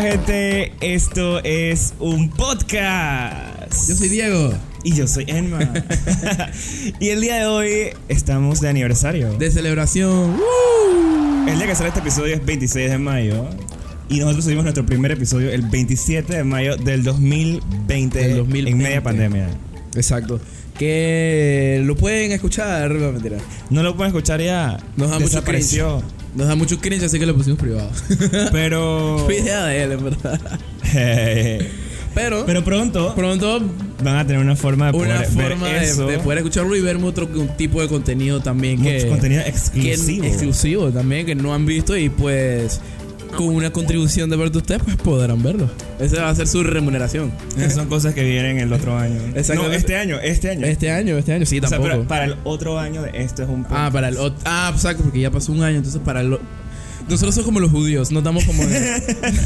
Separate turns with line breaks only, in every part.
gente, esto es un podcast.
Yo soy Diego.
Y yo soy Enma. y el día de hoy estamos de aniversario.
De celebración.
El día que sale este episodio es 26 de mayo. Y nosotros subimos nuestro primer episodio el 27 de mayo del 2020.
Del 2020.
En media pandemia.
Exacto. Que lo pueden escuchar. No, mentira.
No lo pueden escuchar ya.
Nos da mucho cringe.
Desapareció.
Nos da mucho cringe, así que lo pusimos privado.
Pero.
Fue idea de él, en verdad. Pero,
Pero pronto
pronto
van a tener una forma de
una
poder ver
forma de,
eso.
de poder escucharlo y ver otro tipo de contenido también
Mucho
que
contenido
que-
exclusivo.
exclusivo también que no han visto y pues con una contribución de parte de ustedes pues podrán verlo. Esa va a ser su remuneración.
Esas son cosas que vienen el otro año.
Exactamente.
No, este año, este año.
Este año, este año sí
o sea,
tampoco.
pero para el otro año de esto es un
Ah, para el ot- Ah, exacto, porque ya pasó un año, entonces para el o- Nosotros somos como los judíos, no estamos como en,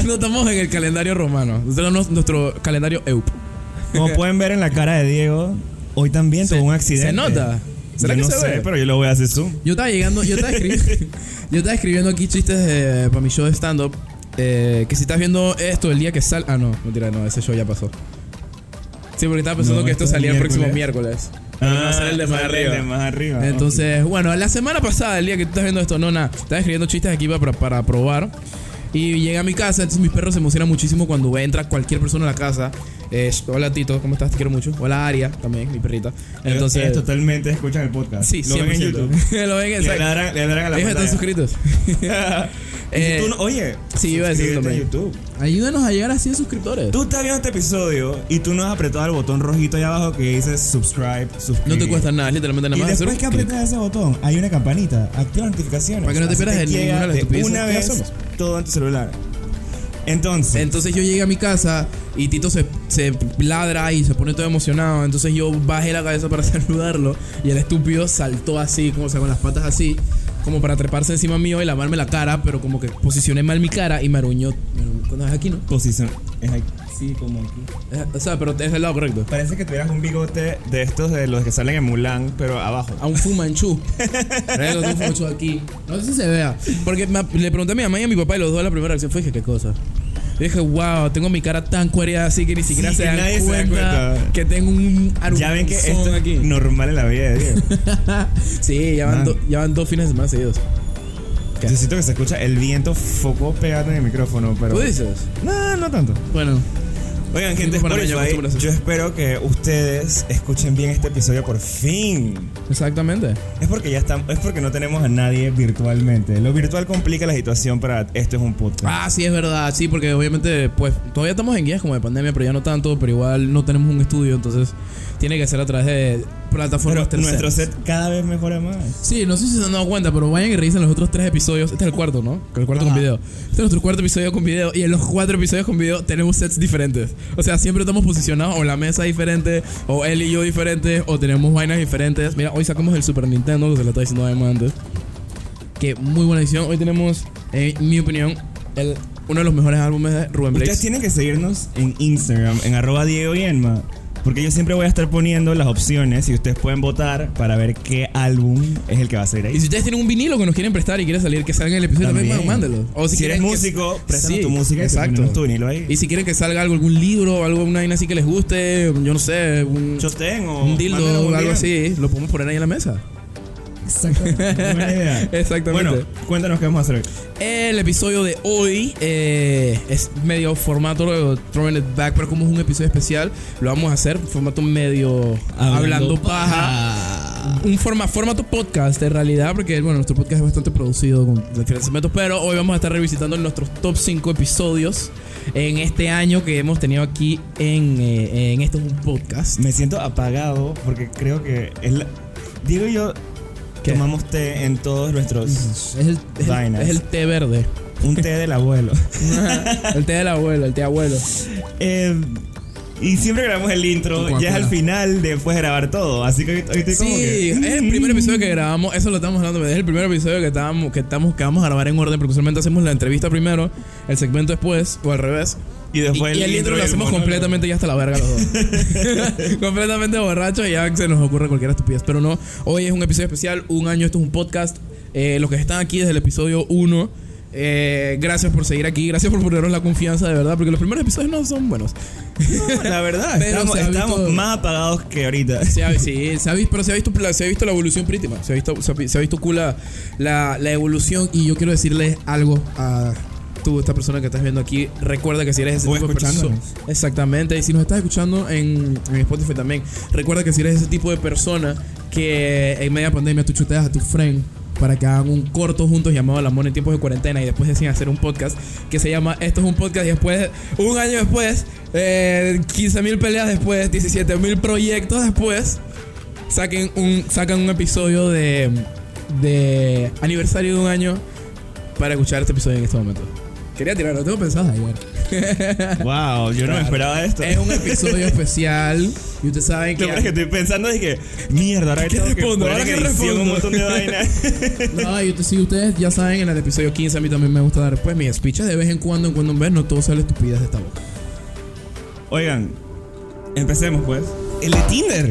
no estamos en el calendario romano. Nosotros no- nuestro calendario EUP.
Como pueden ver en la cara de Diego, hoy también tuvo un accidente.
¿Se nota? ¿Será
Yo
que
no
se
sé,
ve?
pero yo lo voy a hacer zoom.
Yo estaba llegando, yo estaba escribiendo, yo estaba escribiendo aquí chistes eh, para mi show de stand-up. eh, que si estás viendo esto el día que sal. Ah, no, mentira, no, ese show ya pasó. Sí, porque estaba pensando
No,
que esto
esto es
salía el próximo miércoles.
miércoles. Ah,
Pero no sale el de más
sale
arriba.
de más arriba.
Entonces, bueno, la semana pasada, el día que tú estás viendo esto, no, nada, estaba escribiendo chistes aquí para, para probar. Y llegué a mi casa, entonces mis perros se emocionan muchísimo cuando entra cualquier persona a la casa. Eh, hola Tito, ¿cómo estás? Te quiero mucho. Hola Aria, también, mi perrita.
Ellos-
Entonces,
ellos totalmente escuchan el podcast.
sí,
lo ven en
100%.
YouTube.
Lo ven,
Le
exacto.
darán, le darán a la
Ellos están
pantalla.
suscritos.
Y si
Eh,
tú no- oye,
sí, iba a
suscríbete
decir también.
en YouTube.
Ayúdanos a llegar a 100 suscriptores.
Tú estás viendo este episodio y tú no has apretado el botón rojito ahí abajo que dice subscribe,
No
suscribir.
te cuesta nada, literalmente nada
Y
más. hacer
después
un
que
clic.
aprietas ese botón, hay una campanita, activa notificaciones.
Para que no te
Así
pierdas de
llega
ninguna de las estupideces
una
que
vez
hacemos.
todo en tu celular. Entonces,
Entonces yo llegué a mi casa y Tito se, se ladra y se pone todo emocionado. Entonces yo bajé la cabeza para saludarlo y el estúpido saltó así, como o sea, con las patas así, como para treparse encima mío y lavarme la cara, pero como que posicioné mal mi cara y me aruñó. Me aruñó. Cuando es aquí, ¿no?
posición. Es aquí, sí, como aquí.
Es- o sea, pero es el lado correcto.
Parece que tuvieras un bigote de estos de los que salen en Mulan, pero abajo.
A un Fumanchu. Traigo un Fumanchu aquí. No sé si se vea. Porque me- le pregunté a mi mamá y a mi papá y los dos la primera reacción fue dije, ¿qué cosa? Y dije, wow, tengo mi cara tan cuereada así que ni siquiera
Sí,
se,
que
dan
nadie se da
cuenta
cuenta.
que tengo un
Ya ven que
arugazón
esto
aquí.
es normal en la vida de Dios.
sí, ya van,
Man.
do- ya van dos fines de semana seguidos. ¿Qué?
Necesito que se escucha el viento foco pegando en el micrófono, pero.
¿Tú dices?
No, no tanto.
Bueno,
Oigan, gente,
Cinco para la
Spotify,
mañana, costumbre hacer.
yo espero que ustedes escuchen bien este episodio por fin.
exactamente.
Es porque ya estamos, es porque no tenemos a nadie virtualmente. Lo virtual complica la situación para esto es un podcast.
Ah, sí, es verdad, sí, porque obviamente, pues, todavía estamos en guías como de pandemia, pero ya no tanto, pero igual no tenemos un estudio, entonces tiene que ser a través de
Pero
plataformas terceras.
nuestro set cada vez mejora más.
Sí, no sé si se han dado cuenta, pero vayan y revisen los otros tres episodios. Este es el cuarto, ¿no? El cuarto con
Ajá.
video. Este es nuestro cuarto episodio con video. Y en los cuatro episodios con video tenemos sets diferentes. O sea, siempre estamos posicionados o la mesa diferente, o él y yo diferentes, o tenemos vainas diferentes. Mira, hoy sacamos el Super Nintendo, que se lo estaba diciendo a Emma antes. Que muy buena edición. Hoy tenemos, en mi opinión, el- uno de los mejores álbumes de Rubén Blades.
Ustedes tienen que seguirnos en Instagram, en arroba Diego y Enma. Porque yo siempre voy a estar poniendo las opciones y ustedes pueden votar para ver qué álbum es el que va a salir
Y
ahí.
si ustedes tienen un vinilo que nos quieren prestar y quieren salir, que salga en el episodio también,
También.
bueno, mándelo. O
Si, eres
quieren que-
músico, préstanos
Sí,
tu música y te
exacto.
ponemos tu vinilo ahí.
Y si quieren que salga algo, algún libro o algo, una vaina así que les guste, yo no sé, un,
Yo tengo.
un dildo o
mándenos
algo
DM.
así, lo podemos poner ahí en la mesa.
Exactamente. Buena idea.
Exactamente.
Bueno, cuéntanos qué vamos a hacer hoy.
El episodio de hoy eh, es medio formato de Throwing It Back, pero como es un episodio especial, lo vamos a hacer en formato medio hablando, paja. Un forma, formato podcast en realidad, porque bueno, nuestro podcast es bastante producido con diferentes segmentos, pero hoy vamos a estar revisitando nuestros top 5 episodios en este año que hemos tenido aquí en, eh, en estos podcast.
Me siento apagado porque creo que es la- Diego y yo
¿Qué?
tomamos té en todos nuestros
Es el, es el-
Vainas.
es el té verde.
un té del abuelo.
el té del abuelo, el té abuelo.
Eh, y siempre grabamos el
Tu
intro,
Coca-Cola.
ya es al final de después de grabar todo, así que hoy hoy estoy como
Sí,
que "Mm".
es el primer episodio que grabamos, eso lo estamos hablando, es el primer episodio que estábamos, que estamos, que vamos a grabar en orden, porque usualmente hacemos la entrevista primero, el segmento después, o al revés.
y
Y,
después
y el intro lo
y el
hacemos
monólogo.
completamente ya hasta la verga los dos. completamente borrachos y ya se nos ocurre cualquier estupidez. Pero no, hoy es un episodio especial, un año, esto es un podcast. Eh, los que están aquí desde el episodio 1 Eh, gracias por seguir aquí, gracias por ponernos la confianza de verdad, porque los primeros episodios no son buenos.
No, la verdad,
Pero
estamos,
se ha
estamos
visto-
más apagados que ahorita.
Se ha, sí, se ha visto, pero se ha visto, la- se ha visto la evolución prístima. Se ha visto, se ha, vi- se ha visto cool la, la- la evolución. Y yo quiero decirles algo a tú, esta persona que estás viendo aquí. Recuerda que si eres ese
O
tipo de persona.
escuchándonos.
Exactamente. Y si nos estás escuchando en, en Spotify también, recuerda que si eres ese tipo de persona que en media pandemia tú chuteas a tu friend. Para que hagan un corto juntos llamado El amor en tiempos de cuarentena y después deciden hacer un podcast que se llama Esto es un podcast y después, un año después, eh, 15 mil peleas después, 17 mil proyectos después, saquen un, sacan un episodio de, de aniversario de un año para escuchar este episodio en este momento. Quería tirarlo, tengo pensado igual.
Wow, yo no me
Claro.
esperaba esto.
Es un episodio especial y ustedes saben
Lo
que...
peor es que estoy pensando es que mierda, ahora
¿Qué
tengo que
respondo?
poner
¿Ahora
en
qué
edición
respondo?
un montón de vainas.
No, y ustedes, sí, ustedes ya saben, en el episodio 15 a mí también me gusta dar pues mis speeches de vez en cuando, en cuando en vez, no todo sale estupidez de esta boca.
Oigan, empecemos pues. El de Tinder.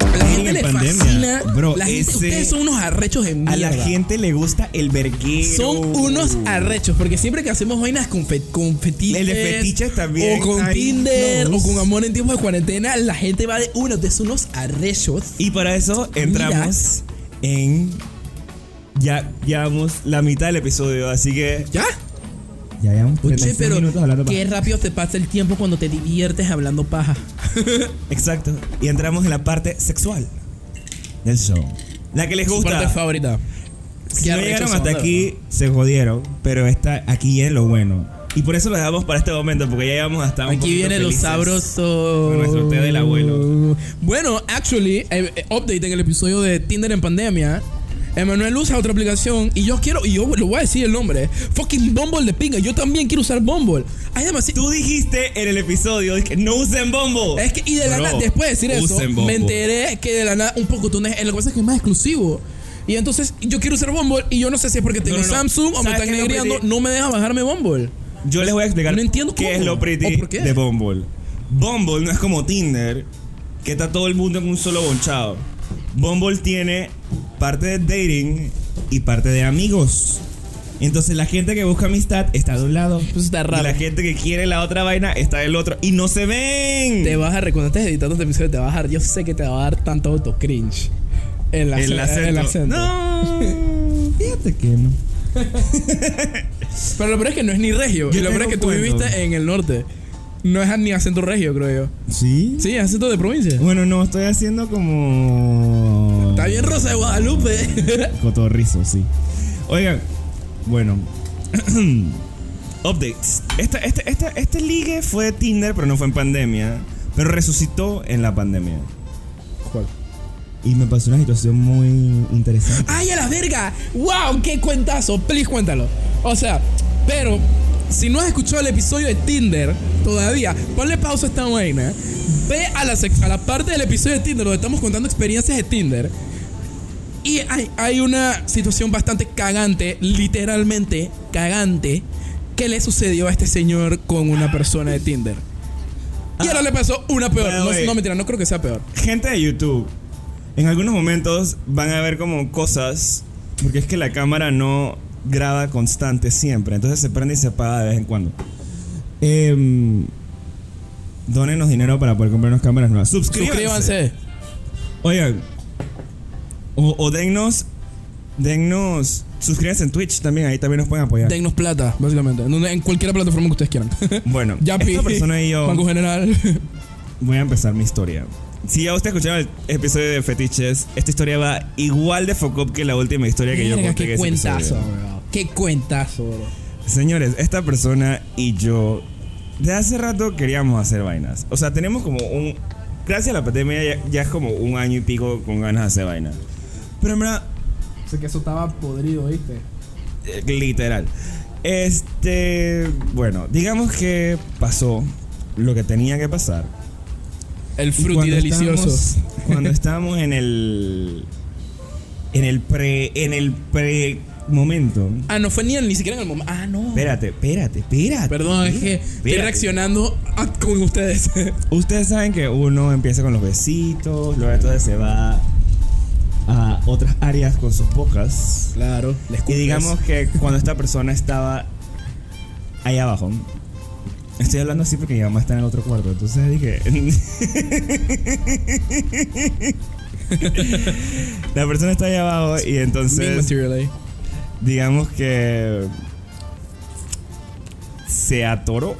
A la gente
en
le
pandemia.
fascina.
Bro,
la gente-
ese-
ustedes son unos arrechos de
A
mierda.
la gente le gusta el verguero.
Son unos arrechos, porque siempre que hacemos vainas con, fe- con fetiches.
El de fetiches también.
O con
Ay,
Tinder,
no.
o con amor en tiempos de cuarentena, la gente va de uno de unos arrechos.
Y para eso entramos en. Ya llevamos la mitad del episodio, así que.
¿Ya?
Ya llevamos
Oye, pero qué rápido te pasa el tiempo cuando te diviertes hablando paja.
Exacto. Y entramos en la parte sexual del show. La que les gusta.
Parte favorita.
Si
Qué
no
arrecho
llegaron
esa
hasta
onda,
aquí, se jodieron. Pero está aquí es lo bueno. Y por eso lo dejamos para este momento, porque ya llegamos hasta un
Aquí
poquito
viene lo
felices.
sabroso.
Con nuestro té del abuelo.
Bueno, actually, eh, eh, update en el episodio de Tinder en pandemia. Emanuel usa otra aplicación y yo quiero, y yo lo voy a decir el nombre. Fucking Bumble de pinga. Yo también quiero usar Bumble. Hay demasiado.
Tú dijiste en el episodio que no usen bombo.
Es que, y de la
Bro,
nada, después de decir eso,
usen Bumble.
me enteré que de la nada un poco tú no es- Lo que pasa es que es más exclusivo. Y entonces yo quiero usar Bumble y yo no sé si es porque tengo
no, no.
Samsung o me
¿Sabes
están
qué es lo
negriando.
pretty?
No me deja bajarme Bumble.
Yo les voy a explicar
No entiendo
qué
cómo.
es lo pretty
¿O por qué?
de Bumble. Bumble no es como Tinder, que está todo el mundo en un solo bonchado. Bumble tiene parte de dating y parte de amigos. Entonces la gente que busca amistad está de un lado.
Eso está
Y
raro.
la gente que quiere la otra vaina está del otro. Y no se ven.
Te vas a re- cuando estés editando este episodio, te vas a dar- yo sé que te va a dar tanto auto cringe. El, acen-
el acento.
el acento.
No. Fíjate que no.
Pero lo peor es que no es ni regio.
Yo
y lo peor es
tengo
que tú
cuento.
viviste en el norte. No es ni acento regio, creo yo.
¿Sí?
Sí, acento de provincia.
Bueno, no, estoy haciendo como.
Está bien Rosa de Guadalupe.
Cotorrizo, sí. Oigan, bueno. Updates. Esta, este, esta, este ligue fue de Tinder, pero no fue en pandemia. Pero resucitó en la pandemia.
¿Cuál?
Y me pasó una situación muy interesante.
¡Ay, a la verga! ¡Wow! ¡Qué cuentazo! Please, cuéntalo. O sea, pero si no has escuchado el episodio de Tinder todavía, ponle pausa a esta vaina. Ve a la, sec- a la parte del episodio de Tinder donde estamos contando experiencias de Tinder. Y hay, hay una situación bastante cagante, literalmente cagante, que le sucedió a este señor con una persona de Tinder. Y ahora le pasó una peor.
By the
No,
way.
no, mentira, no creo que sea peor.
Gente de YouTube, en algunos momentos van a ver como cosas. Porque es que la cámara no graba constante siempre. Entonces se prende y se apaga de vez en cuando. Em, dónenos dinero para poder comprarnos cámaras nuevas.
Suscríbanse.
Oigan, o, o dennos, dennos, suscríbanse en Twitch también, ahí también nos pueden apoyar.
Dennos plata, básicamente. En, donde- en cualquier plataforma que ustedes quieran.
bueno,
Yapi,
esta persona y yo
Banco General.
voy a empezar mi historia. Si ya ustedes escucharon el episodio de Fetiches, esta historia va igual de focop que la última historia que yo
Verga,
conté. en
qué
ese
cuentazo,
episodio.
bro. Qué cuentazo, bro.
Señores, esta persona y yo, de hace rato queríamos hacer vainas. O sea, tenemos como un. Gracias a la pandemia, ya, ya es como un año y pico con ganas de hacer vainas. Pero en verdad,
Sé que eso estaba podrido, ¿viste?
Eh, Literal. Este, bueno, digamos que pasó lo que tenía que pasar.
El
Y
fruti
cuando
delicioso.
estábamos- cuando estábamos en el en el pre en el pre momento.
Ah, no fue ni, ni siquiera en el momento. Ah, no.
Espérate, espérate, espérate.
Perdón, es que estoy
espérate.
reaccionando a- con ustedes.
Ustedes saben que uno empieza con los besitos, luego entonces se va a otras áreas con sus bocas.
Claro, les
Y digamos que cuando esta persona estaba ahí abajo, estoy hablando así porque mi mamá está en el otro cuarto, entonces dije... La persona está ahí abajo y entonces
Material ahí.
digamos que se atoró.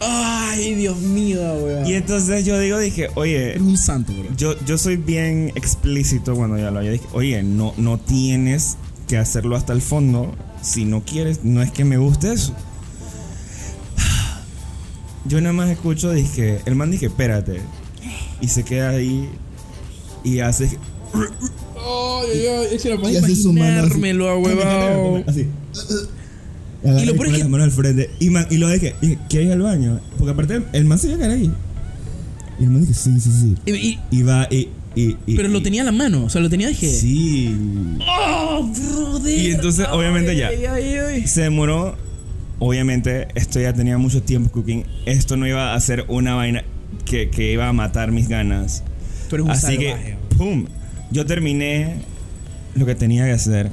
Ay, Dios mío, weón.
Y entonces yo digo, dije, oye,
Eres un santo, bro.
Yo, yo soy bien explícito cuando ya lo había dije, oye, no, no tienes que hacerlo hasta el fondo. Si no quieres, no es que me guste eso. Yo nada más escucho, dije, el man dije, espérate. Y se queda ahí y hace...
Ay, ay, ay, es que no
Y
puedo
hace su mano así.
imaginármelo, ah, huevón.
Así.
Y lo peor
pone
es que-
las manos al frente. Y, man- y lo dije, y dije, ¿quieres ir al baño? Porque aparte el- el man se iba a quedar ahí.
Y el man dice, sí, sí, sí.
Y- y-
Y va y... y- y-
pero lo
y-
tenía en la mano, o sea, lo tenía dije.
Sí.
Oh, brother.
Y entonces, obviamente, ya.
Ay, ay, ay.
se demoró. Obviamente, esto ya tenía mucho tiempo cooking. Esto no iba a ser una vaina que, que iba a matar mis ganas.
Tú eres un
Así
salvaje.
que, ¡pum! Yo terminé lo que tenía que hacer.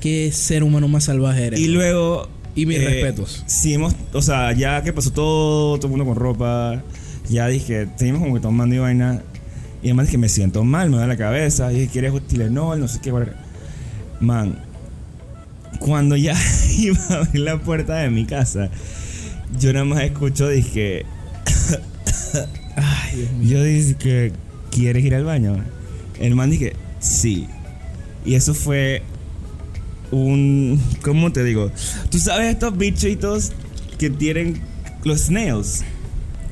Qué ser humano más salvaje eres.
Y luego.
Y mis respetos.
sí hemos- o sea, ya que pasó todo, todo el mundo con ropa. Ya dije, teníamos como que tomando y vaina. Y además dije, me siento mal, me da la cabeza. Y dije, ¿quieres Tilenol? No sé qué. whatever. Man, cuando ya iba a abrir la puerta de mi casa, yo nada más escucho, dije,
Ay, Dios mío.
yo dije que quieres ir al baño. El man dije, sí. Y eso fue un. ¿Cómo te digo? Tú sabes estos bichitos que tienen los snails,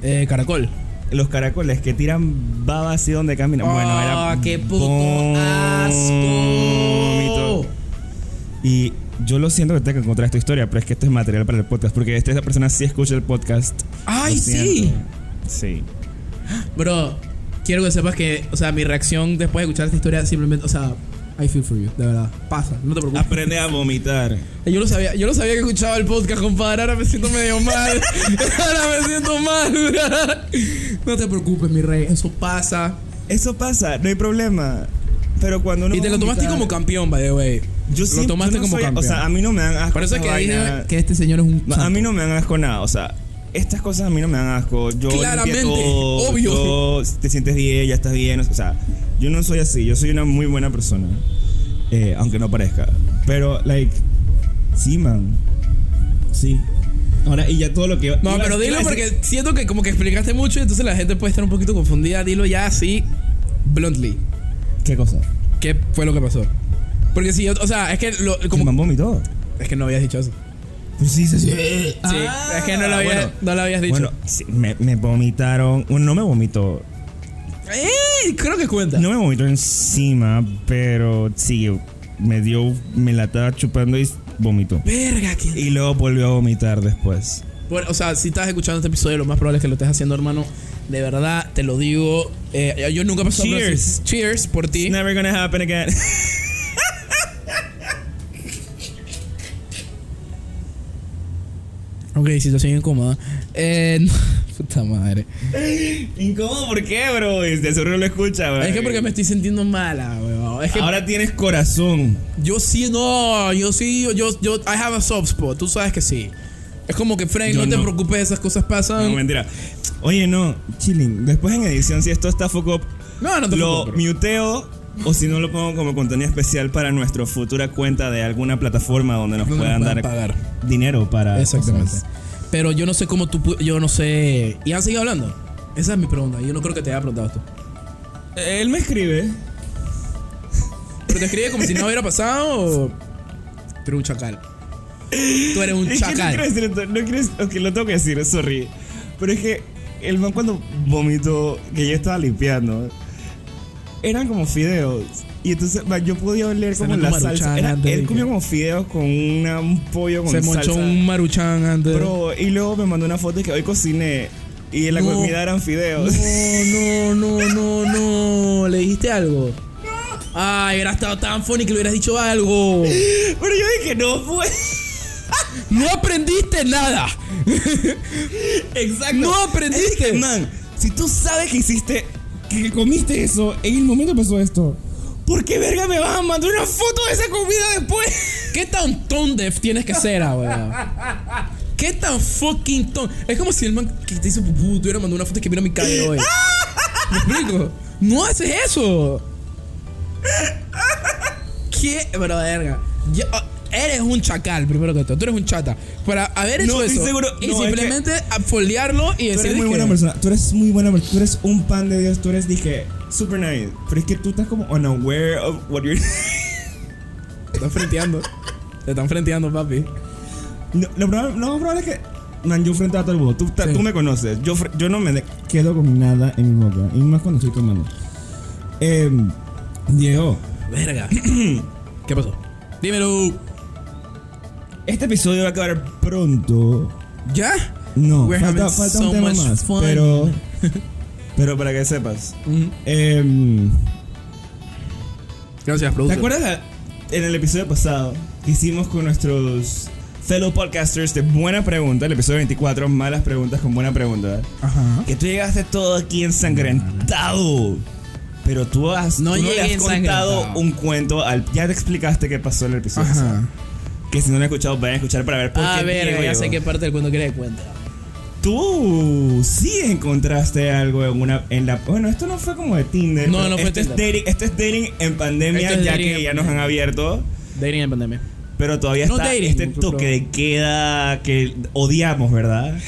Eh, caracol.
los caracoles que tiran baba así donde caminan. bueno,
Ah,
era.
qué puto
vómito.
asco.
Y yo lo siento que tenga que encontrar esta historia, pero es que esto es material para el podcast, porque esta esta persona sí escucha el podcast.
Ay,
Lo
sí.
siento. Sí.
Bro, quiero que sepas que, o sea, mi reacción después de escuchar esta historia simplemente, o sea, I feel for you, de verdad. Pasa, no te preocupes.
Aprende a vomitar.
Yo lo sabía, yo lo sabía que escuchaba el podcast, compadre. Ahora me siento medio mal. Ahora me siento mal. No te preocupes, mi rey, eso pasa.
Eso pasa, no hay problema. Pero cuando uno
y te lo
vomita-
tomaste como campeón, by the way.
Yo
lo
siempre-
tomaste
yo no
como
soy-
campeón.
O sea, a mí no me dan asco.
Por eso es
esas
que dije
vainas.
que este señor es un.
No, a
santo.
mí no me dan asco nada. O sea, estas cosas a mí no me dan asco. Yo limpio
Claramente,
todo,
obvio.
yo- te sientes bien, ya estás bien. O sea, yo no soy así. Yo soy una muy buena persona. Eh, aunque no parezca. Pero, like, sí, man. Sí. Ahora, y ya todo lo que.
No,
iba-
pero
iba
dilo
a decir-
porque siento que como que explicaste mucho y entonces la gente puede estar un poquito confundida. Dilo ya así, bluntly.
¿Qué cosa?
¿Qué fue lo que pasó? Porque si yo, o sea, es que lo,
Como
como,
man vomitó.
es que no habías dicho eso.
Pues sí, sí, sí.
Sí, es que no lo, había-
bueno.
no lo habías dicho.
Bueno, sí, me, me vomitaron. Bueno, no me vomitó.
¡Ey! Creo que cuenta.
No me vomitó encima, pero sí, me dio, me la estaba chupando y vomitó.
Verga, que.
Y luego volvió a vomitar después.
Bueno, o sea, si estás escuchando este episodio, lo más probable es que lo estés haciendo, hermano. De verdad, te lo digo. Eh, yo nunca pasé
Cheers.
Cheers por ti.
It's never gonna happen again.
Ok, situación incómoda. Eh, puta madre.
¿Incómodo? ¿Por qué, bro? Y De seguro lo escucha, bro.
Es que porque me estoy sintiendo mala, weón. Es que
Ahora tienes corazón.
yo sí, no. Yo sí, yo, yo, I have a soft spot. Tú sabes que sí. Es como que, Frank,
Yo
no, te
no.
preocupes, esas cosas
No,
pasan.
mentira. Oye, no, chilling. Después en edición, si esto está foco,
No, no te
lo
preocupes.
muteo o si no lo pongo como contenido especial para nuestra futura cuenta de alguna plataforma donde nos
Donde nos
puedan
puedan
dar
pagar.
dinero para.
Exactamente.
cosas.
Pero yo no sé cómo tú. pu- Yo no sé. ¿Y han seguido hablando? Esa es mi pregunta. Yo no creo que te haya preguntado esto.
Él me escribe.
Pero te escribe como si no hubiera pasado. o- Tú eres un chacal. Tú eres un
Es que no quiero
chacal.
decir, esto, no quiero decir- ok, lo tengo que decir, sorry. Pero es que el man cuando vomitó, que yo estaba limpiando, eran como fideos. Y entonces man, yo podía oler
Suena
como la
como
salsa.
Maruchan
Era-
antes de
él
que-
comió como fideos con una- un pollo con
Se
salsa.
mochó un maruchán antes.
Bro, y luego me mandó una foto de que hoy cociné y en la
No.
comida eran fideos.
No, no, no, no, no. ¿Le dijiste algo? Ay, hubiera estado tan funny que le hubieras dicho algo.
Pero yo dije, no fue.
No aprendiste nada.
Exacto.
No
Es que,
aprendiste.
man, si tú sabes que hiciste
que comiste eso, en el momento pasó esto. ¿Por qué verga me vas a mandar una foto de esa comida después?
¿Qué tan tondef tienes que ser, ah, weón? ¿Qué tan fucking ton? Es como si el man que te hizo pupú te hubiera mandado una foto que mira mi calle hoy. ¿Me explico? No haces eso. ¿Qué? Pero verga. Yo- ah, eres un chacal, primero que todo. Tú eres un chata. Para haber hecho
No, estoy
eso.
seguro-
Y
no, es
simplemente a follearlo y
Tú
decir
eres muy
que-
buena persona.
Tú eres muy buena, persona, tú eres un pan de Dios, tú eres, dije,
Super nice. Pero es que tú estás como unaware of what you're.
Te están frenteando. Te están frenteando, papi.
No, lo, probable, lo más probable es que. Man, yo frente a todo el mundo. Tú, ta-
Sí.
tú me conoces. Yo, fre- yo no me. de-
Quedo con nada en mi boca. Y más cuando estoy tomando.
Em, Diego.
Verga. ¿Qué pasó? Dímelo.
Este episodio va a acabar pronto.
¿Ya?
No,
We're
falta,
having
falta
so
un tema
much
más.
fun.
Pero. Pero para que sepas.
Ujú.
Em,
Gracias,
¿Te
productor.
acuerdas la- en el episodio pasado que hicimos con nuestros fellow podcasters de Buena Pregunta, el episodio 24, Malas Preguntas con Buena Pregunta?
Ajá.
Que tú llegaste todo aquí ensangrentado. Pero tú has
No
tú le
llegué
has contado
ensangrentado.
un cuento al. Ya te explicaste qué pasó en el episodio. pasado.
Ajá.
Que si no lo han escuchado, vayan a escuchar para ver por
A
qué.
ver,
Diego
ya sé
llegó.
qué parte del cuento quería que cuente.
Tú sí encontraste algo en una. En la, bueno, esto no fue como de Tinder.
No,
pero
no fue
este
Tinder.
Es dating, este es dating en pandemia,
Este es
ya
dating
que
en
ya nos han abierto.
Dating en pandemia.
Pero todavía
No
está
dating,
este
pero-
toque de queda que odiamos, ¿verdad?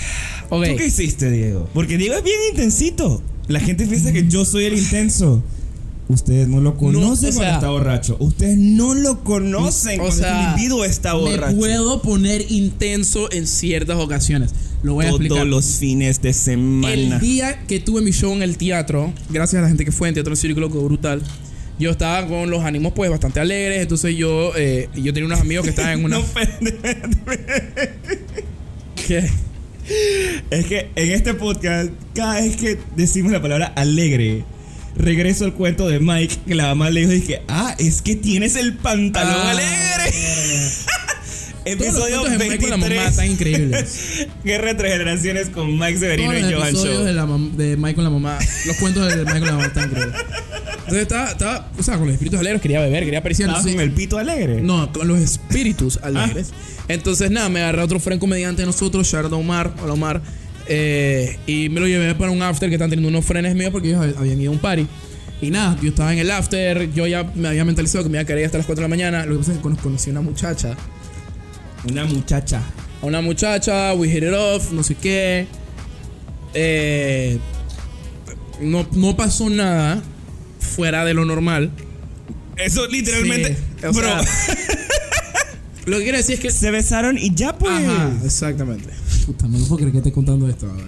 Ok.
¿Tú qué hiciste, Diego? Porque Diego es bien intensito. La gente piensa que yo soy el intenso.
Ustedes no lo conocen.
No sé
o
cuando
sea-
está borracho. Ustedes no lo conocen
O
cuando
sea,
el individuo está borracho.
Me puedo poner intenso en ciertas ocasiones. Lo voy a
Todos
explicar.
los fines de semana.
El día que tuve mi show en el teatro, gracias a la gente que fue en Teatro Círculo, que brutal. Yo estaba con los ánimos pues bastante alegres, entonces yo eh, yo tenía unos amigos que estaban en una
No, espérate.
¿Qué?
Es que en este podcast, cada vez que decimos la palabra alegre, regreso al cuento de Mike, que la mamá le dijo, dije, ah, es que tienes el pantalón
Ah,
alegre.
Todos los
Episodio
cuentos de Mike con la mamá están
23.
increíbles.
Guerra entre generaciones con Mike Severino
Todos los
y Johan
episodios de,
Show.
la mam- de Mike con la mamá, los cuentos de Mike con la mamá están increíbles. Entonces estaba, estaba, o sea, con los espíritus alegres, quería beber, quería aparecer.
Estabas
entonces-
con el Ah. pito alegre.
No, con los espíritus alegres. Entonces, nada, me agarré a otro franco mediante de nosotros, Sharda Omar, hola Omar. eh, y me lo llevé para un after que están teniendo unos frenes míos porque ellos hab- habían ido a un party. Y nada, yo estaba en el after, yo ya me había mentalizado que me iba a querer ir hasta las 4 de la mañana. Lo que pasa es que cono- conocí a una muchacha.
Una muchacha.
A una muchacha, we hit it off, no sé qué. Eh, no, no pasó nada fuera de lo normal.
Eso literalmente.
Sí, o
bro,
sea, lo que quiero decir es que
se besaron y ya pues.
Ajá, exactamente.
Puta, no lo puedo creer que esté contando esto ahora.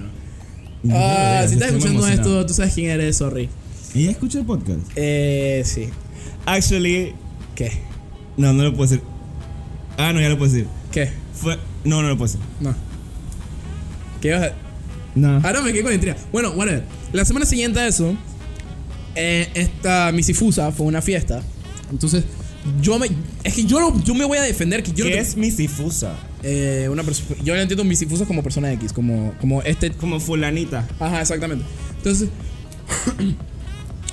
Ah, si
estoy
estás
muy
escuchando
emocionado.
esto, tú sabes quién eres, sorry.
¿Ella escucha el podcast?
Eh, sí.
Actually,
¿Qué?
no, no lo puedo decir. Ah, no, ya lo puedo decir.
¿Qué?
Fue, no, no lo puedo decir.
No. ¿Qué vas a-
No.
Ahora me quedé con la intriga. Bueno, whatever. La semana siguiente a eso, eh, esta Misifusa fue una fiesta. Entonces, yo me. Es que yo, no- yo me voy a defender. Que yo no
¿Qué
te-
es misifusa?
eh, una perso- Yo le entiendo Misifusa como persona X, como, como este
Como fulanita.
Ajá, exactamente. Entonces,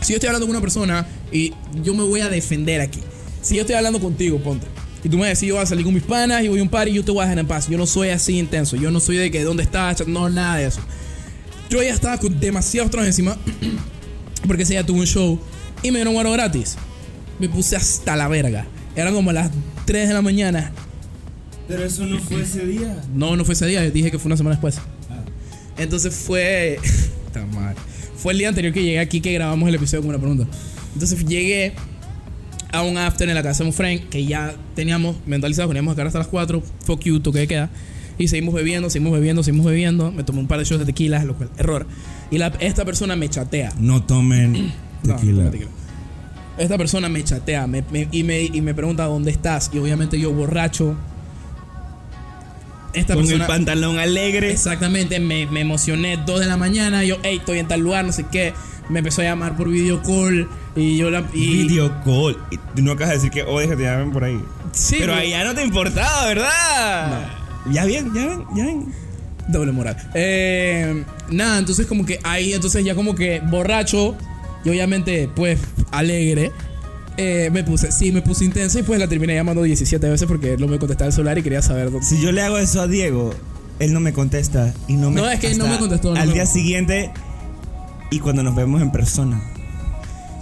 si yo estoy hablando con una persona y yo me voy a defender aquí. Si yo estoy hablando contigo, ponte. Y tú me decís, yo voy a salir con mis panas y voy a un par y yo te voy a dejar en paz. Yo no soy así intenso. Yo no soy de que dónde estás, Chat, no, nada de eso. Yo ya estaba con demasiados tronos encima porque ese día tuvo un show y me dieron guaro gratis. Me puse hasta la verga. Eran como las 3 de la mañana
Pero eso no fue ese día.
no, no fue ese día, yo dije que fue una semana después. Entonces fue. Está mal. Fue el día anterior que llegué aquí que grabamos el episodio con una pregunta. Entonces llegué a un after en la casa de un friend que ya teníamos mentalizado, que nos íbamos a quedar hasta las 4. Fuck you, toque de queda. Y seguimos bebiendo, seguimos bebiendo, seguimos bebiendo. Me tomé un par de shots de tequila, lo cual, error. Y la- esta persona me chatea.
No tomen
No,
tequila.
no, tequila. Esta persona me chatea me- me- y, me, y me pregunta dónde estás. Y obviamente yo borracho. Esta
Con
persona.
el pantalón alegre.
Exactamente, me, me emocioné 2 de la mañana, yo, hey, estoy en tal lugar, no sé qué. Me empezó a llamar por video call y yo la... Y,
Video call. Y tú No acabas de decir que oh, odias que te llamen por ahí.
Sí,
Pero
no,
ahí ya no te importaba, ¿verdad? Ya bien, ya ven, ya ven.
Doble moral. Eh, nada, entonces como que ahí, entonces ya como que borracho, Y obviamente, pues, alegre. eh, me puse, sí, me puse intenso y pues la terminé llamando 17 veces porque no me contestaba el celular y quería saber dónde.
Si yo le hago eso a Diego, él no me contesta. Y no, me
No, es que no
hasta
me contestó, no
Al
me-
día siguiente y cuando nos vemos en persona.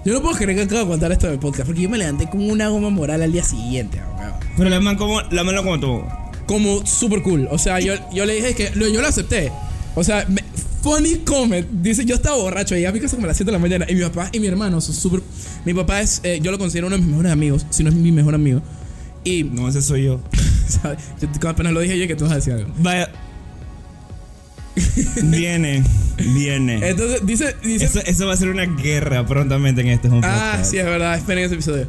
Yo no puedo creer que acabo de contar esto en el podcast porque yo me levanté con una goma moral al día siguiente, weón.
Pero la man como, la man lo como tú.
como super cool. O sea, yo, yo le dije que lo- yo lo acepté. O sea, me- funny comment. Dice, yo estaba borracho y a mi casa como a las 7 de la mañana. Y mi papá y mi hermano son súper. Mi papá es, eh, yo lo considero uno de mis mejores amigos, si no es mi mejor amigo. Y,
No, ese soy yo.
¿sabes? Yo te- apenas lo dije yo que tú vas a decir algo.
Vaya. viene, viene.
Entonces, dice, dice.
Eso, eso va a ser una guerra prontamente en este es un
Ah,
podcast.
sí, es verdad, esperen ese episodio.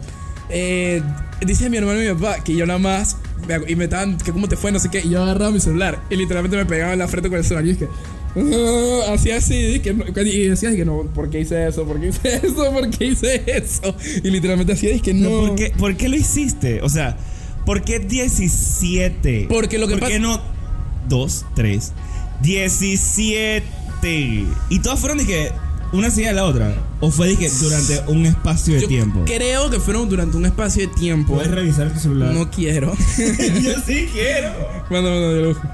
Eh, dice mi hermano y mi papá que yo nada más. me hago- Y me estaban, que cómo te fue, no sé qué. Y yo agarraba mi celular y literalmente me pegaba en la frente con el celular. Y es que. "Ah", hacía así, y que no- y decía que no, ¿por qué hice eso? ¿Por qué hice eso? ¿Por qué hice eso? Y literalmente hacía, es que no.
Pero ¿por, qué, ¿Por qué lo hiciste? O sea, ¿por qué 17?
Porque lo que
¿Por
pasa-
qué no 2, 3, 17? Y todas fueron, dije, una seguida de la otra. O fue, dije, durante un espacio de
Yo
tiempo.
creo que fueron durante un espacio de tiempo.
Puedes revisar tu celular.
No quiero.
Yo sí quiero.
Manda, manda, yo lo busco.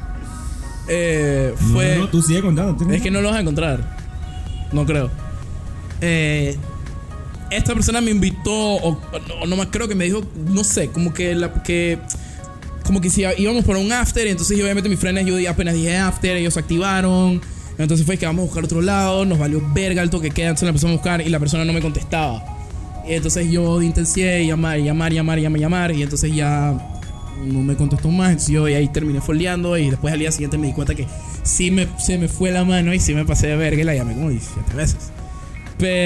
Eh,
No,
fue.
no, no, tú sigue contando.
Es que no lo vas a encontrar. No creo. Eh, esta persona me invitó, o, o no, no más creo que me dijo, no sé, como que la que. Como que si íbamos por un after, y entonces yo obviamente mis frenes, yo apenas dije after, ellos se activaron. Entonces fue que vamos a buscar otro lado, nos valió verga el toque que queda, entonces la empezamos a buscar y la persona no me contestaba. Y entonces yo intensié y llamar, y llamar, y llamar, y llamar, y llamar, y entonces ya no me contestó más. entonces yo ahí terminé folleando y después al día siguiente me di cuenta que sí me, se me fue la mano y sí me pasé de verga y la llamé como 17 veces.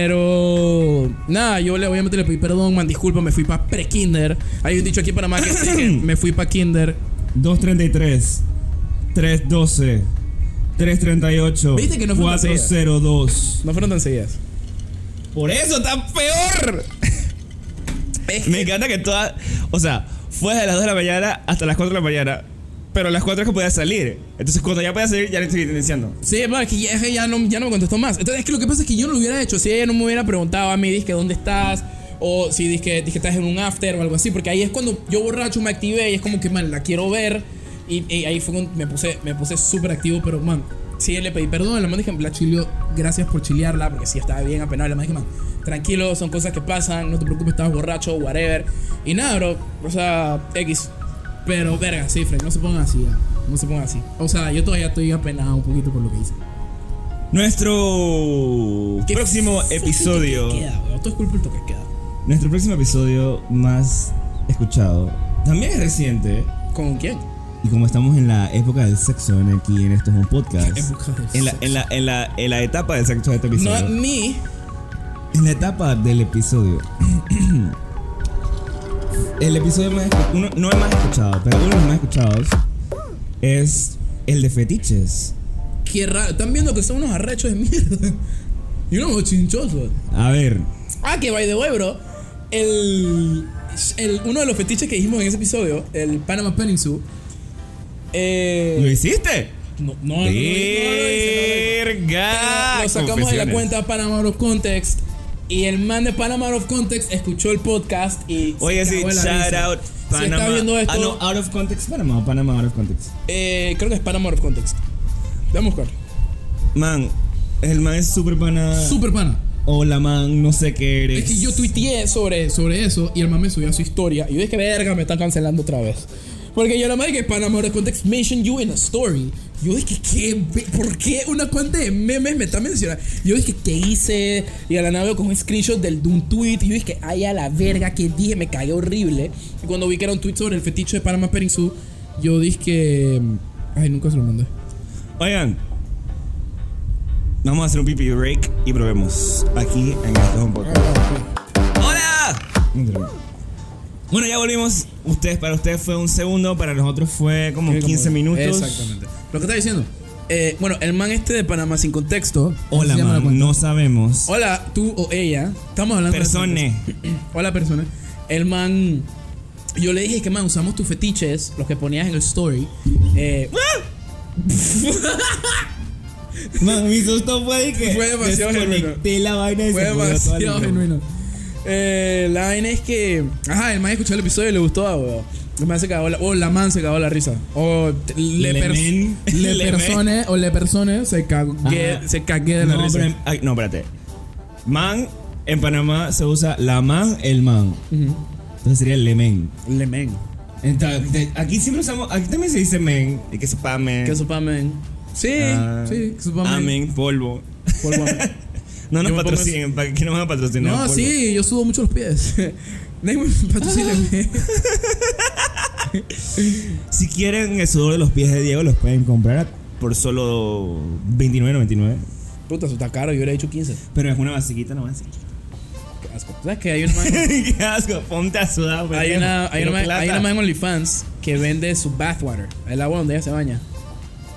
Pero nada, yo le, obviamente le pedí perdón, man, disculpa, me fui para pre-kinder. Hay un dicho aquí en Panamá que dice que me fui para kinder.
233 312 338
Viste que no fue una serie.
402
No fueron tan seguidas.
Por eso está peor.
Es
Me encanta que todas. O sea, fue de las 2 de la mañana hasta las 4 de la mañana. Pero a las 4 es que podía salir. Entonces, cuando ya podía salir, ya le estoy diciendo.
Sí, man, que ya, es que ya no, ya no me contestó más. Entonces, es que lo que pasa es que yo no lo hubiera hecho. Si ella no me hubiera preguntado a mí, dizque, ¿dónde estás? O si dizque, dizque, estás en un after o algo así. Porque ahí es cuando yo borracho me activé y es como que, man, la quiero ver. Y, y ahí fue cuando me puse me puse súper activo, pero, man, sí le pedí perdón. La man dije, la chileo, gracias por chilearla, porque sí estaba bien apenada. La man dije, man, tranquilo, son cosas que pasan, no te preocupes, estabas borracho, whatever. Y nada, bro, o sea, X.
Pero verga, sí, Fred, no se pongan así. ya.
No se pongan así.
O sea, yo todavía estoy apenado un poquito por lo que hice.
Nuestro
¿Qué
próximo
fucking
episodio.
toque queda, bro? Todo es culpa del toque queda.
Nuestro próximo episodio más escuchado también es reciente.
¿Con quién?
Y como estamos en la época del sexo en aquí en esto es un podcast.
Época del
En la, en, la, en, la, en la etapa del sexo de este episodio.
Not me.
En la etapa del episodio. El episodio más escu- uno, no el más escuchado, pero uno de los más escuchados es el de fetiches.
Qué raro. Están viendo que son unos arrechos de mierda. Y unos bochinchosos.
A ver,
Ah, que by the way, bro. El, el- uno de los fetiches que dijimos en ese episodio, el Panama Peninsula.
¿lo
Eh,
hiciste?
no, no, no, no, lo hice, no
Verga.
lo hice. Lo sacamos de la
Ah, confesiones.
cuenta Panama Out of Context. Y el man de Panama Out of Context escuchó el podcast y. se
Oye, sí,
cagó de la
shout
risa.
out
Si
Panamá.
está viendo esto,
Ah, no, out of context Panamá, o Panamá out of context.
eh, creo que es Panama Out of Context. Vamos a buscar.
Man, el man es super pana.
Super pana.
Hola, man, no sé qué eres.
Es que yo tuiteé sobre, sobre eso y el man me subió a su historia. Y yo dije, verga, me están cancelando otra vez. Porque yo la madre que Panamá de Context mentioned you in a story. Yo dije, ¿qué? ve- ¿Por qué una cuenta de memes me está mencionando? Yo dije, ¿qué hice? Y a la nave con un screenshot del, de un tweet. Y yo dije, ay, a la verga, que dije? Me cagué horrible. Y cuando vi que era un tweet sobre el fetiche de Panamá Peninsula, yo dije, ay, nunca se lo mandé.
Oigan, vamos a hacer un pipi break y probemos aquí en Esto es un podcast. ¡Hola! Bueno, ya volvimos. Ustedes, para ustedes fue un segundo, para nosotros fue como 15 minutos.
Exactamente. Lo que está diciendo. eh, bueno, el man este de Panamá sin contexto.
Hola,
se llama la
man,
cuenta.
no sabemos.
Hola, tú o ella. Estamos hablando
Persone.
de. Hola, persona. El man. Yo le dije que, man, usamos tus fetiches, los que ponías en el story. Eh,
Man, mi susto fue de que
Fue demasiado
desconecté la vaina y
Fue
se murió toda la
demasiado
luz.
genuino. Eh, la vaina es que. Ajá, el man escuchó el episodio y le gustó a weón. El man se cagó la. Oh, la man se cagó la risa. O le,
Le
per-
men.
Le
Le men.
persone o le persone se cagué,
Ajá.
se cagué de la
No,
risa.
pero en-
Ay, no, espérate.
Man, en Panamá se usa la man, el man. Entonces sería el lemen.
Le men.
Entonces, de-
Aquí siempre usamos. Aquí también se dice men. Y que sepa men.
Que sopa men. Sí,
Ah,
sí, que sopa men.
Amén, polvo.
Polvo amen.
No nos
Yo me pongo
patrocinen. ¿Para qué nos van a patrocinar?
No,
polvo?
sí, yo subo mucho los pies. Neymar, patrocíname.
Si quieren el sudor de los pies de Diego, los pueden comprar por solo 29.99.
Puta, eso está caro, yo hubiera dicho 15.
Pero es una basiquita nomás.
Qué asco. ¿Sabes qué? Hay una man-
Qué asco, ponte a sudar. pues.
Hay una, hay,
Quiero
una, ma-
plata.
hay una man en OnlyFans que vende su bathwater, el agua donde ella se baña.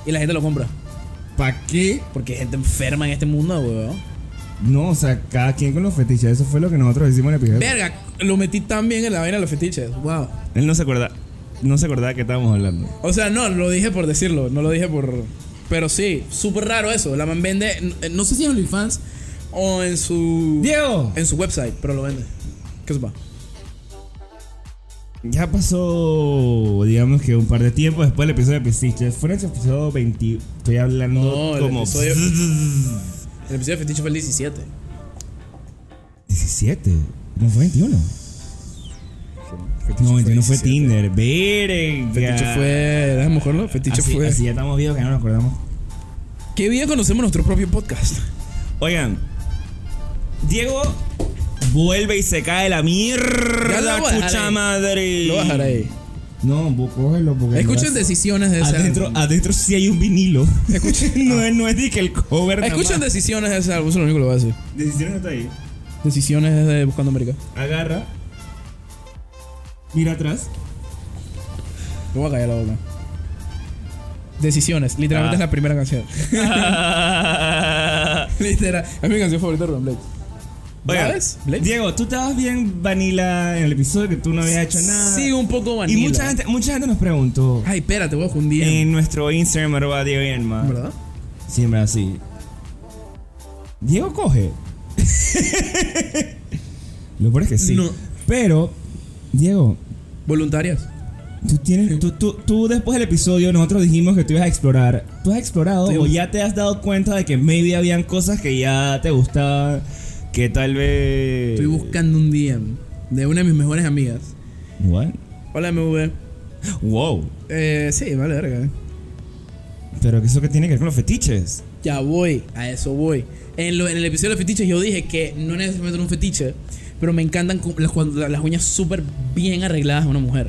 Y la gente lo compra.
¿Para qué?
Porque hay gente enferma en este mundo, weón.
No, o sea, cada quien con los fetiches. Eso fue lo que nosotros hicimos en el episodio.
Verga, lo metí tan bien en la vaina de los fetiches. Wow.
Él no se acuerda. No se acordaba que estábamos hablando.
O sea, no, lo dije por decirlo, no lo dije por. Pero sí, súper raro eso. La man vende, no, no sé si en OnlyFans o en su.
Diego.
En su website, pero lo vende. ¿Qué supa?
Ya pasó, digamos que un par de tiempo después del episodio de Fetiches. Fue en el episodio 20. Estoy hablando
No, el
como.
episodio- El episodio de fetiche fue el 17.
17. No fue 21. No, 21 fue Tinder. Verga.
Fetiche fue. Déjame mejorlo. Fetiche
Así,
fue.
así ya estamos viejos que no nos acordamos.
¿Qué día conocemos nuestro propio podcast?
Oigan, Diego vuelve y se cae la
Ya lo
mierda,
voy a dejar
pucha
ahí.
madre.
Lo bajaré ahí.
No, vos cógelo porque.
Escuchen decisiones de ese
Adentro,
álbum.
adentro sí hay un vinilo.
Escuchen-
no, es, no es ni que el cover. nada
Escuchen
más.
decisiones de ese álbum, eso es lo único que voy a decir.
Decisiones está ahí.
Decisiones de Buscando América.
Agarra. Mira atrás.
Me voy a callar la boca. Decisiones, literalmente
Ah.
es la primera canción. Literal. Es mi canción favorita de Rubén Blades.
Oigan,
¿Sabes? Blades.
Diego, tú estabas bien vanilla en el episodio que tú no habías hecho nada.
Sí, un poco
y
vanilla.
mucha gente, Eh, mucha gente nos preguntó
Ay, espérate, voy a un día.
en nuestro Instagram arroba Diego y Emma.
¿Verdad?
Siempre así. Diego coge. Lo peor es que sí.
No.
Pero, Diego,
Voluntarias.
tú tienes. Tú, tú- tú después del episodio, nosotros dijimos que tú ibas a explorar. ¿Tú has explorado
Sí.
o ya te has dado cuenta de que maybe habían cosas que ya te gustaban? Que tal vez.
Estoy buscando un DM de una de mis mejores amigas.
What?
Hola, MV.
Wow.
Eh, sí, vale, verga.
Pero ¿qué es eso que tiene que ver con los fetiches?
Ya voy, a eso voy. En, lo- en el episodio de los fetiches yo dije que no necesariamente era un fetiche, pero me encantan cu- las, cuando- las uñas súper bien arregladas de una mujer.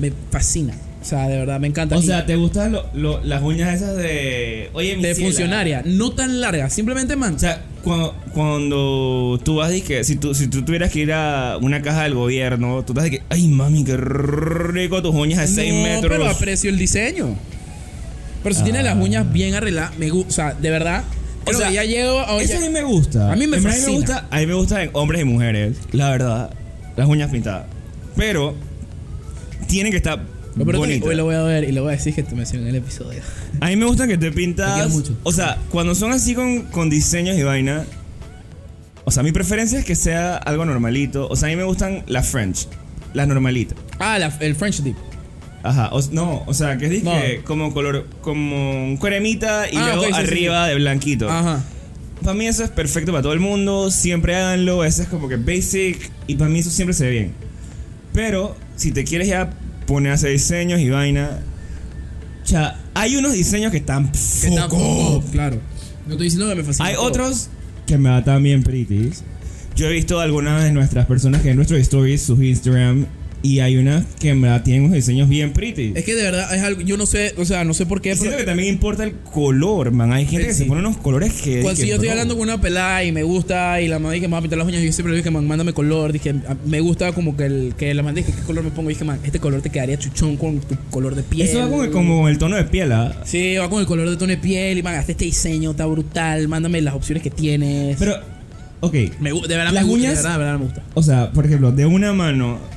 Me fascina. O sea, de verdad, me encanta.
O
Y
sea, ¿te gustan lo- lo- las uñas esas de. Oye, mi
de
ciela?
funcionaria, no tan larga, simplemente
O
mancha.
sea, cuando, cuando tú vas, que si tú, si tú tuvieras que ir a una caja del gobierno, tú estás de que, ay mami, qué rico tus uñas de 6
no,
metros. Ah.
pero aprecio el diseño. Pero si tiene las uñas bien arregladas, me gusta. O sea, de verdad. creo
sea,
que ya llego a.
Eso a
ya-
mí me gusta.
A mí me
En verdad,
fascina.
gusta, a mí me gusta en hombres y mujeres, la verdad, las uñas pintadas. Pero tienen que estar
Lo peor es que
bonitas.
hoy lo voy a ver y le voy a decir que te mencioné en el episodio.
A mí me gusta que te
Te quiero
pintas.
mucho.
O sea, cuando son así con, con diseños y vaina. O sea, mi preferencia es que sea algo normalito. O sea, a mí me gustan las French. Las normalitas.
Ah, la- el French Dip.
Ajá. o- no, o sea, que es disque
No.
como color. Como un cremita y
Ah,
luego
ok, sí, sí,
arriba de blanquito.
Ajá.
Para mí eso es perfecto para todo el mundo. Siempre háganlo. Eso es como que basic. Y para mí eso siempre se ve bien. Pero si te quieres ya poner a hacer diseños y vaina. O sea, hay unos diseños que están.
Que
fuck
tampoco,
off.
claro. No estoy diciendo que me fascina.
Hay
todo.
otros que me atan bien pretties. Yo he visto algunas de nuestras personas que en nuestros stories, sus Instagram, y hay unas que me verdad tienen unos diseños bien pretty.
Es que de verdad es algo. Yo no sé, o sea, no sé por qué.
Y siento
pero
que también importa el color, man. Hay gente que
Sí.
se pone unos colores que.
cuando
que,
si yo estoy
bro.
hablando con una pelada y me gusta y la mamá dice que me va a pintar las uñas, yo siempre le digo que man, mándame color. Dije, ah, me gusta como que, el, que la mamá dice qué color me pongo. Y dije, man, este color te quedaría chuchón con tu color de piel.
Eso va con el, como con el tono de piel, ¿ah?
Sí, va con el color de tono de piel. Y man, hazte este diseño, está brutal. Mándame las opciones que tienes.
Pero, ok.
me, gu- de verdad
las
me gusta.
uñas-
De verdad, de verdad me gusta.
O sea, por ejemplo, de una mano,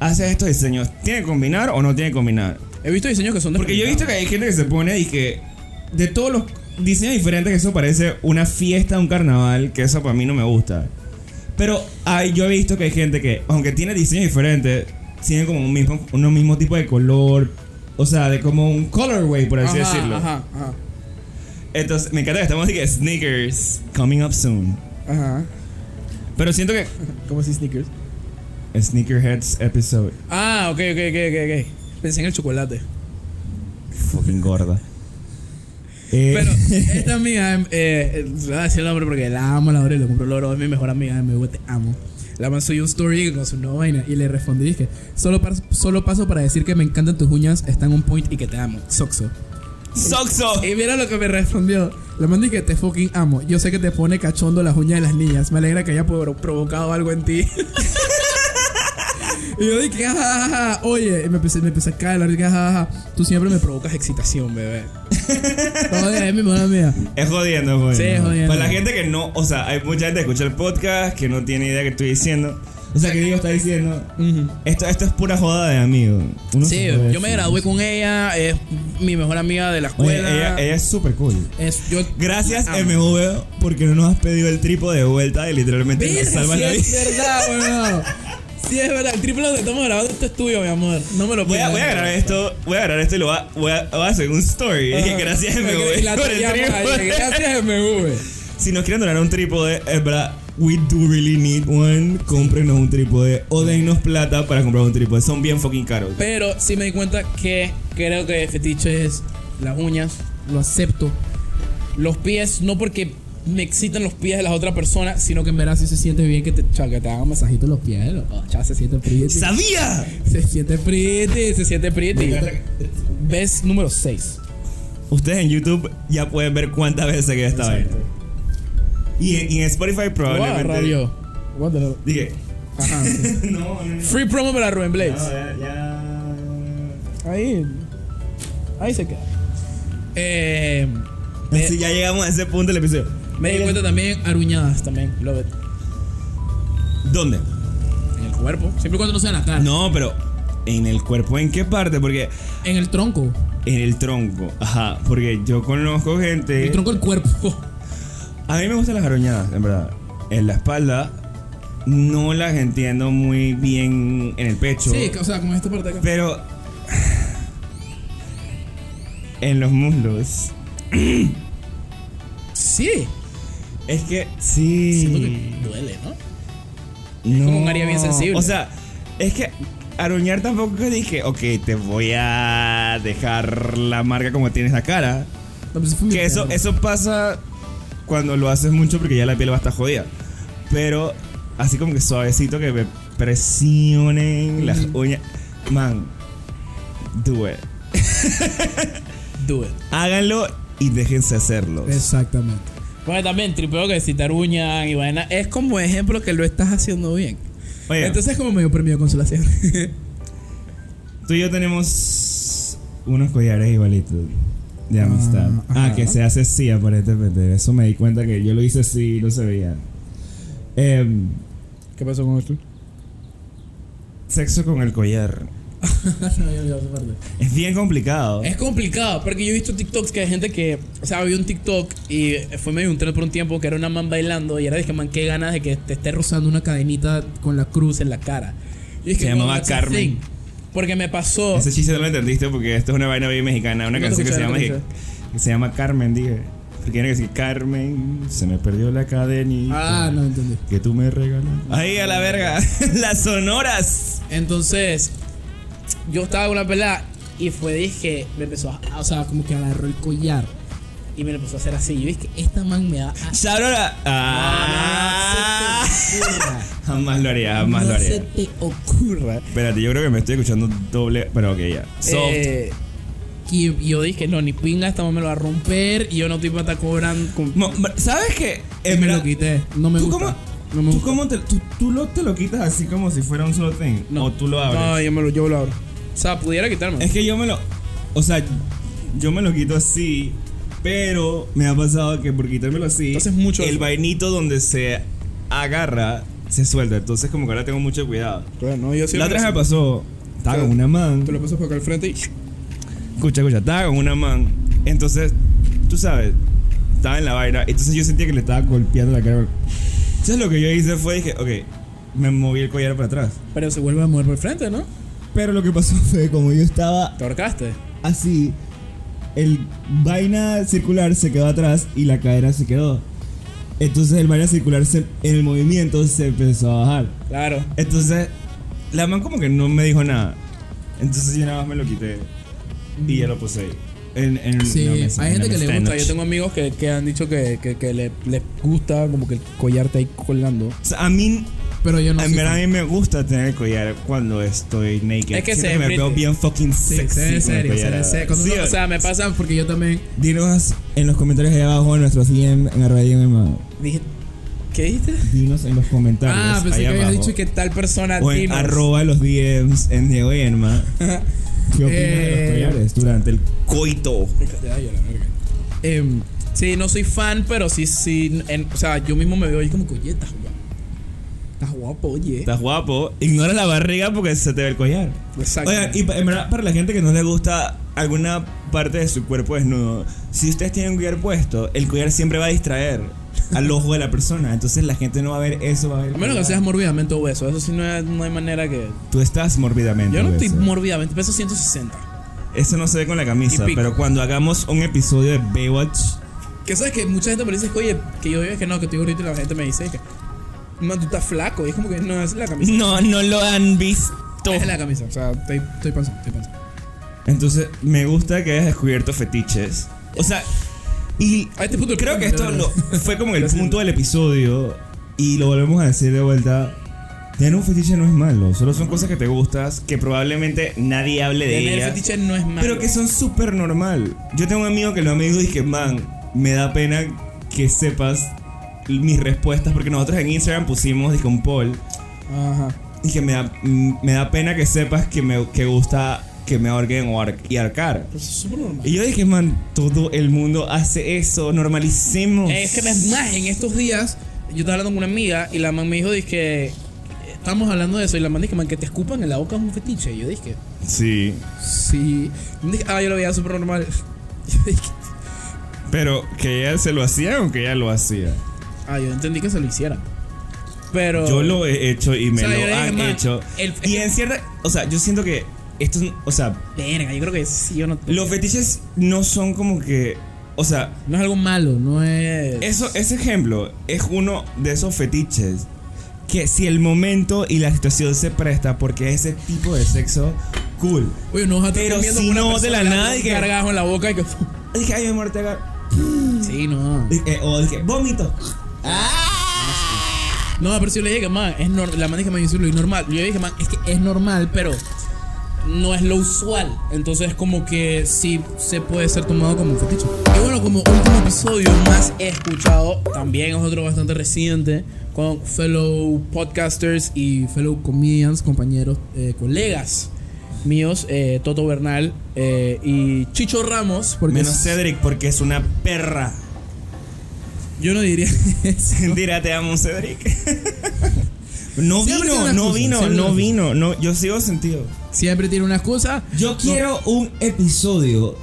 haces estos diseños. ¿Tiene que combinar o no tiene que combinar?
He visto diseños que son de
Porque yo he visto que hay gente que se pone y que de todos los diseño diferente que eso parece una fiesta, un carnaval, que eso para mí no me gusta. Pero hay, yo he visto que hay gente que, aunque tiene diseño diferente, tiene como un mismo, un mismo tipo de color. O sea, de como un colorway, por así
Ajá,
decirlo.
Ajá, ajá,
Entonces, me encanta que estamos diciendo sneakers coming up soon.
ajá.
Pero siento que.
¿Cómo así sneakers?
Sneakerheads episode.
Ah, ok, ok, ok, ok, ok. Pensé en el chocolate.
Fucking gorda. Eh,
Pero esta amiga, eh, eh, le voy a decir el nombre porque la amo, la adoro y le compro el oro. Es mi mejor amiga, me digo, te amo. La man subió un story con su nueva vaina y le respondí, dije, solo, pas- solo paso para decir que me encantan tus uñas, están on point y que te amo. Soxo.
Soxo.
Y mira lo que me respondió.
Respondió, la mandí que te fucking amo. Yo sé que te pone cachondo las uñas de las niñas. Me alegra que haya pro- provocado algo en ti.
Y yo dije, ajá, ajá, ajá.
Oye, y me empecé, me empecé a caer, la risa, jajaja.
Tú siempre me provocas excitación, bebé.
Oye, es mi mejor amiga.
Es jodiendo, jodiendo.
Sí, es jodiendo.
Para la gente que no, o sea, hay mucha gente que escucha el podcast que no tiene idea que estoy diciendo. O sea, que Diego está diciendo. Esto, esto es pura joda de amigo. Uno
Sí,
se jode
yo me
así.
gradué con ella, es mi mejor amiga de la
Oye,
escuela.
ella, ella es súper cool.
es, yo,
Gracias,
la amo.
MV, porque no nos has pedido el tripo de vuelta y literalmente
Verga,
nos salvas
sí
la vida.
es verdad, weón. Sí es verdad. El triple donde estamos grabando esto es tuyo, mi amor. No me lo
Voy a,
pierdas.
voy a grabar esto, voy a grabar esto y lo voy a, voy a- voy a hacer un story.
Ajá.
Gracias,
Y la
MV, por el
tallamos ahí.
trípode.
Gracias, MV.
Si nos quieren donar un trípode, es verdad, we do really need one. Cómprenos un trípode o denos plata para comprar un trípode. Son bien fucking caros.
Pero sí me di cuenta que creo que el fetiche es las uñas, lo acepto. Los pies, no porque me excitan los pies de las otras personas, sino que en verdad sí se siente bien que te, cha, que te hagan masajito en los pies. ¿no? Cha, se siente pretty.
¡Sabía!
Se siente pretty, se siente pretty. Ves número 6.
Ustedes en YouTube ya pueden ver cuántas veces se queda esta vaina. Y en, y en Spotify probablemente.
radio.
Dije.
Ajá. sí.
no, no, no.
Free promo para Rubén Blades.
ya, ya.
Ahí. Ahí se queda. Eh, me,
Así ya llegamos a ese punto del episodio.
me di cuenta también aruñadas también. Love it.
¿Dónde?
En el cuerpo.
Siempre y cuando no sea en la cara.
No, pero. ¿En el cuerpo? ¿En qué parte? Porque.
En el tronco.
En el tronco. Ajá. Porque yo conozco gente.
El tronco del cuerpo.
A mí me gustan las aroñadas, en verdad. En la espalda no las entiendo muy bien en el pecho.
Sí, o sea, como esta parte de acá.
Pero en los muslos.
Sí.
Es que sí.
Siento que duele, ¿no?
No.
como un área bien sensible.
O sea, es que aroñar tampoco que dije, ok, te voy a dejar la marca como tienes la cara.
No, pues, fue mi
Que eso,
perro.
eso pasa cuando lo haces mucho porque ya la piel va a estar jodida. Pero así como que suavecito que me presionen las uñas. Man, do it.
Do it.
Háganlo y déjense hacerlo.
Exactamente.
Bueno, también tripeo que si te aruñan y vaina. Es como ejemplo que lo estás haciendo bien.
Oye,
Entonces es como medio premio de consolación.
tú y yo tenemos unos collares igualitos de amistad. Ah,
ajá.
que se hace así aparentemente. Eso me di cuenta que yo lo hice así y no se veía. Em,
¿Qué pasó con esto?
sexo con el collar. Es bien complicado.
Es complicado, porque yo he visto TikToks que hay gente que, o sea, había un TikTok y fue medio un tren por un tiempo que era una man bailando y era dije, man, qué ganas de que te esté rozando una cadenita con la cruz en la cara. Y dije,
Se llamaba
"Wow, that's a
Carmen.
thing". Porque me pasó.
Ese chiste no lo entendiste porque esto es una vaina bien mexicana, una
Oh. No te
canción que se,
escuché,
llama,
no te
que, que se llama Carmen, dije. Porque tiene que decir Carmen, se me perdió la cadenita
Ah, no entendí.
que tú me regalaste. Ahí a la verga, las sonoras.
Entonces, yo estaba con una pelada y fue, dije, me empezó a,
O sea, como que agarró el collar.
y me lo empezó a hacer así. Yo dije, esta man me va a.
Sabrora. Ah, jamás lo haría, jamás lo
no se
haría.
te ocurra.
Espérate, yo creo que me estoy escuchando doble, pero ok, ya. Soft.
Eh, y yo dije, no, ni pinga, esta man me lo va a romper y yo no estoy para estar cobrando. con-
Mo- ¿Sabes qué?
Y
En
me lo
verdad,
quité. No me
¿Tú
gusta.
cómo,
No me
tú
gusta.
cómo te, tú, tú lo, te lo quitas así como si fuera un solo thing?
No.
¿O tú lo abres?
No, yo, me lo, yo lo abro. O sea, pudiera quitarme.
Es que yo me lo. O sea, yo me lo quito así. Pero me ha pasado que por quitármelo así.
Entonces, mucho
El
eso.
vainito donde se agarra se suelta. Entonces, como que ahora tengo mucho cuidado.
Claro, no, yo
La
siempre-
otra vez me pasó. Estaba
Claro.
con una man.
Te lo pasas por acá al frente y.
Escucha, escucha. Estaba con una man. Entonces, tú sabes. estaba en la vaina. Entonces yo sentía que le estaba golpeando la cara. Entonces lo que yo hice fue, dije, ok, me moví el collar para atrás.
Pero se vuelve a mover por el frente, ¿no?
Pero lo que pasó fue, como yo estaba
Te ahorcaste.
así, el vaina circular se quedó atrás y la cadera se quedó. Entonces el vaina circular se- en el movimiento se empezó a bajar.
Claro.
Entonces, la man como que no me dijo nada. Entonces yo nada más me lo quité. Y ya lo puse ahí. En, en
Sí,
una mesa,
hay
en
gente
la
que le
mesa de
O sea,
noche.
yo tengo amigos que, que han dicho que, que, que le- les gusta como que el collar está ahí colgando.
O sea, a mí,
Pero yo no
en
soy
verdad, a
fan.
mí me gusta tener el collar cuando estoy naked.
Es que
Siento
se
me
ve
veo
pretty.
bien fucking
Sí,
sexy.
se ve
con el
serio, se
collar
ve
ahora.
serio. Cuando
Sí,
uno-
O sea, me pasa
Pasan porque yo también.
Dinos en los comentarios ahí abajo, en nuestros DM, en arroba DM, hermano.
Dije, ¿qué dijiste?
Dinos en los comentarios.
Ah, pensé
ahí
que habías
abajo.
dicho
Dicho que tal persona
o en
dinos.
arroba los DMs en Diego y Enma.
¿Qué opinas
eh,
de los collares durante el
Coito.
Em, sí, no soy fan, pero sí, sí. en- o sea, yo mismo me veo ahí como que, oye, estás guapo. Estás guapo, oye.
Estás guapo. Ignora la barriga porque se te ve el collar.
Exacto.
Oigan, y pa- en verdad, para la gente que no le gusta alguna parte de su cuerpo desnudo, si ustedes tienen un collar puesto, el collar siempre va a distraer al ojo de la persona. Entonces la gente no va a ver eso, va a ver.
a menos que seas mórbidamente obeso. Eso sí, no hay, no hay manera que.
Tú estás mórbidamente.
Yo no estoy
obeso.
mórbidamente. Peso 160.
Eso no se ve con la camisa,
Y pico.
pero cuando hagamos un episodio de Baywatch,
Que sabes que mucha gente me dice, oye, que yo digo que no, que estoy gordito y la gente me dice que. No, tú estás flaco. Y es como que no, es la camisa.
no, no lo han visto.
Es la camisa. O sea, estoy, estoy panzón, estoy panzón.
Entonces, me gusta que hayas descubierto fetiches. O sea, y
A este punto
creo que esto lo- fue como el
Lo siento.
punto del episodio y lo volvemos a decir de vuelta. Tener un fetiche no es malo, solo son cosas que te gustas, que probablemente nadie hable de
Tener
ellas,
fetiche no es malo.
pero que son súper normal. Yo tengo un amigo que lo me dijo y dije, man, me da pena que sepas mis respuestas, porque nosotros en Instagram pusimos, dije, un poll,
Ajá.
y que me da, mm, me da pena que sepas que me que gusta que me ahorquen o ar- y arcar.
Pero eso es súper normal.
Y yo dije, man, todo el mundo hace eso, normalicemos.
Eh, Es que es más, en estos días yo estaba hablando con una amiga y la man me dijo, dije, estamos hablando de eso y la man dije, man, que te escupan en la boca es un fetiche. Y yo dije,
Sí.
sí. Dije, ah, yo lo veía súper normal. Yo dije,
Pero que ella se lo hacía o que ella lo hacía.
ah, yo entendí que se lo hicieran. Pero...
Yo lo he hecho y me
O sea,
lo
yo le dije,
han
man,
hecho.
el-
y en cierta. O sea, yo siento que. Esto, es- o sea,
Verga, yo creo que sí, yo no...
los fetiches no son como que. O sea,
No es algo malo, no es...
eso, ese ejemplo es uno de esos fetiches. Que si el momento y la situación se presta porque ese tipo de sexo, cool.
Oye, no vas a estar
Pero
comiendo
si
con una
no, de la
persona
nada,
dando un
y que-
gargajo en la boca y que...
Dije, ay, mi amor, te agar-".
sí, no.
Dije, O dije, vómito.
No, pero si yo le dije, man, es nor- la man dije, man, yo sí lo vi normal. Yo le dije, man, es que es normal, pero no es lo usual. Entonces, como que sí se puede ser tomado como un fetiche. Y bueno, como último episodio más escuchado, también es otro bastante reciente, con fellow podcasters y fellow comedians, compañeros, eh, colegas míos, eh, Toto Bernal eh, y Chicho Ramos, porque
Menos Cedric porque es una perra.
yo no diría eso.
Mentira, te amo, Cedric. No
Siempre tiene
vino,
una
no
excusa,
vino,
siempre
no
tiene
vino. No, yo sigo sentido.
Siempre tiene una excusa.
Yo quiero un episodio.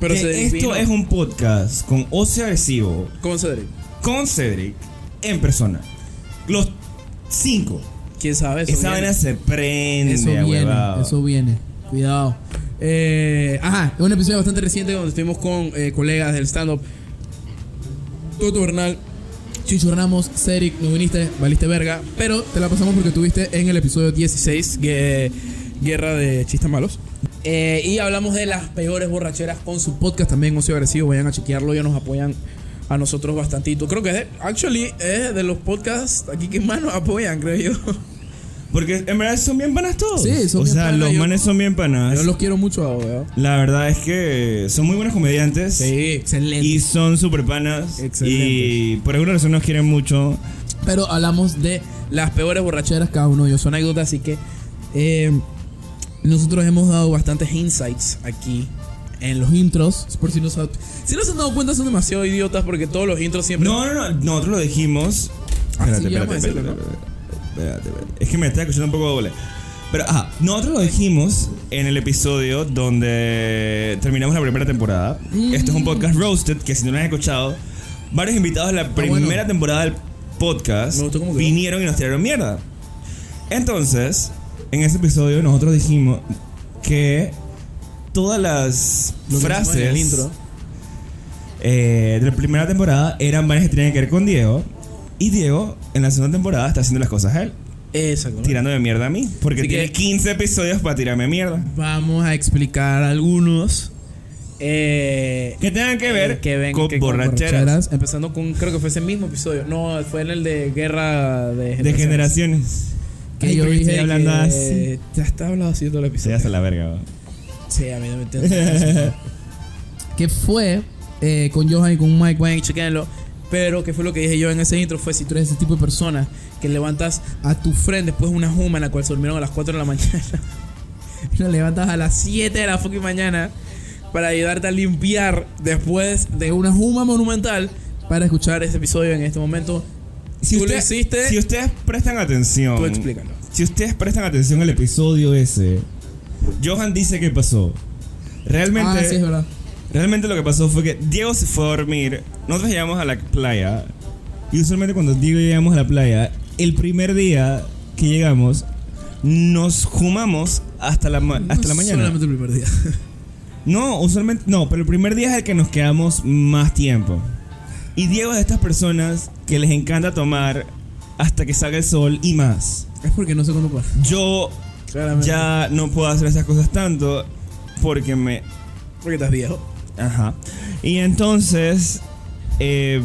Pero
que
se
esto
desvino.
es un podcast con ocio agresivo,
¿Cómo se diría?
con Cedric, en persona. Los cinco.
¿Quién sabe? Eso
Esa
viene.
vaina se prende,
Eso viene,
ahuevado.
eso viene. Cuidado.
Eh, ajá, es un episodio bastante reciente donde estuvimos con eh, colegas del stand-up. Toto Bernal.
Chicho Ramos, Cedric, no viniste, valiste verga.
Pero te la pasamos porque tuviste en el episodio 16, gue- Guerra de Chistes Malos. Eh, y hablamos de las peores borracheras con su podcast también, Ocio Agresivo. Vayan a chequearlo, ellos nos apoyan a nosotros bastantito. Creo que es, de- actually, es de los podcasts aquí que más nos apoyan, creo yo.
Porque en verdad son bien panas todos.
Sí, son
o
bien
sea,
panas,
los
yo-
manes son bien panas.
Yo los quiero mucho a weón.
La verdad es que son muy buenos comediantes.
excelente.
Y son super panas.
Excelentes.
Y por alguna razón nos quieren mucho.
Pero hablamos de
Las peores borracheras.
borracheras cada uno de ellos.
son anécdotas, así que eh, nosotros hemos dado bastantes insights aquí en los
Los intros, por si no sabes.
Si no se han dado cuenta son demasiado idiotas porque todos los intros siempre
No, no, no, nosotros lo dijimos.
Ah,
Espérate,
sí,
espérate,
vamos a
espérate,
decirlo,
espérate, espérate, espérate. Es que me está escuchando un poco doble. Pero, ajá, nosotros lo dijimos en el episodio
Mm.
donde terminamos la primera temporada. Esto es un podcast roasted que si no lo han escuchado, varios invitados de la primera
Ah, bueno.
temporada del podcast
Me gustó cómo quedó.
vinieron y nos tiraron mierda. Entonces, en ese episodio nosotros dijimos que todas las
Lo que
frases
hicimos en el intro.
eh, de la primera temporada eran varias que tenían que ver con Diego. Y Diego, en la segunda temporada, está haciendo las cosas él,
Exacto.
tirándome mierda a mí. Porque
Así que-
tiene 15 episodios para tirarme mierda.
Vamos a explicar algunos. Eh,
Que tengan que ver
eh, que ven-
con
que
borracheras
borracheras. Empezando con, creo que fue ese mismo episodio. No, fue en el de guerra de
de generaciones.
Que
Ay,
yo
pero yo
dije
estoy hablando
que-
así.
Ya está hablando así todo el
Se
episodio.
hace la verga, va.
Sí, a mí no me entiendo. que fue eh, con Johan y con Mike, vayan y chequenlo. Pero que fue lo que dije yo en ese intro fue si tú eres ese tipo de persona que levantas a tu friend después de una juma en la cual se durmieron a las 4 de la mañana. lo levantas a las 7 de la fucking mañana para ayudarte a limpiar después de una juma monumental para escuchar este episodio en este momento.
Si,
tú
usted-
lo hiciste,
si ustedes prestan atención.
tú explícalo.
Si ustedes prestan atención al episodio ese, Johan dice que pasó. Realmente,
Ah, sí, es verdad.
realmente lo que pasó fue que Diego se fue a dormir. Nosotros llegamos a la playa. Y usualmente cuando Diego y yo llegamos a la playa, el primer día que llegamos, nos jumamos hasta la, ma- hasta la mañana.
Solamente el primer día.
No, usualmente no, pero el primer día es el que nos quedamos más tiempo. Y Diego es de estas personas que les encanta tomar hasta que salga el sol y más.
Es porque no sé cómo pasa.
Yo
Claramente.
ya no puedo hacer esas cosas tanto porque me...
Porque estás viejo.
Ajá. Y entonces, eh,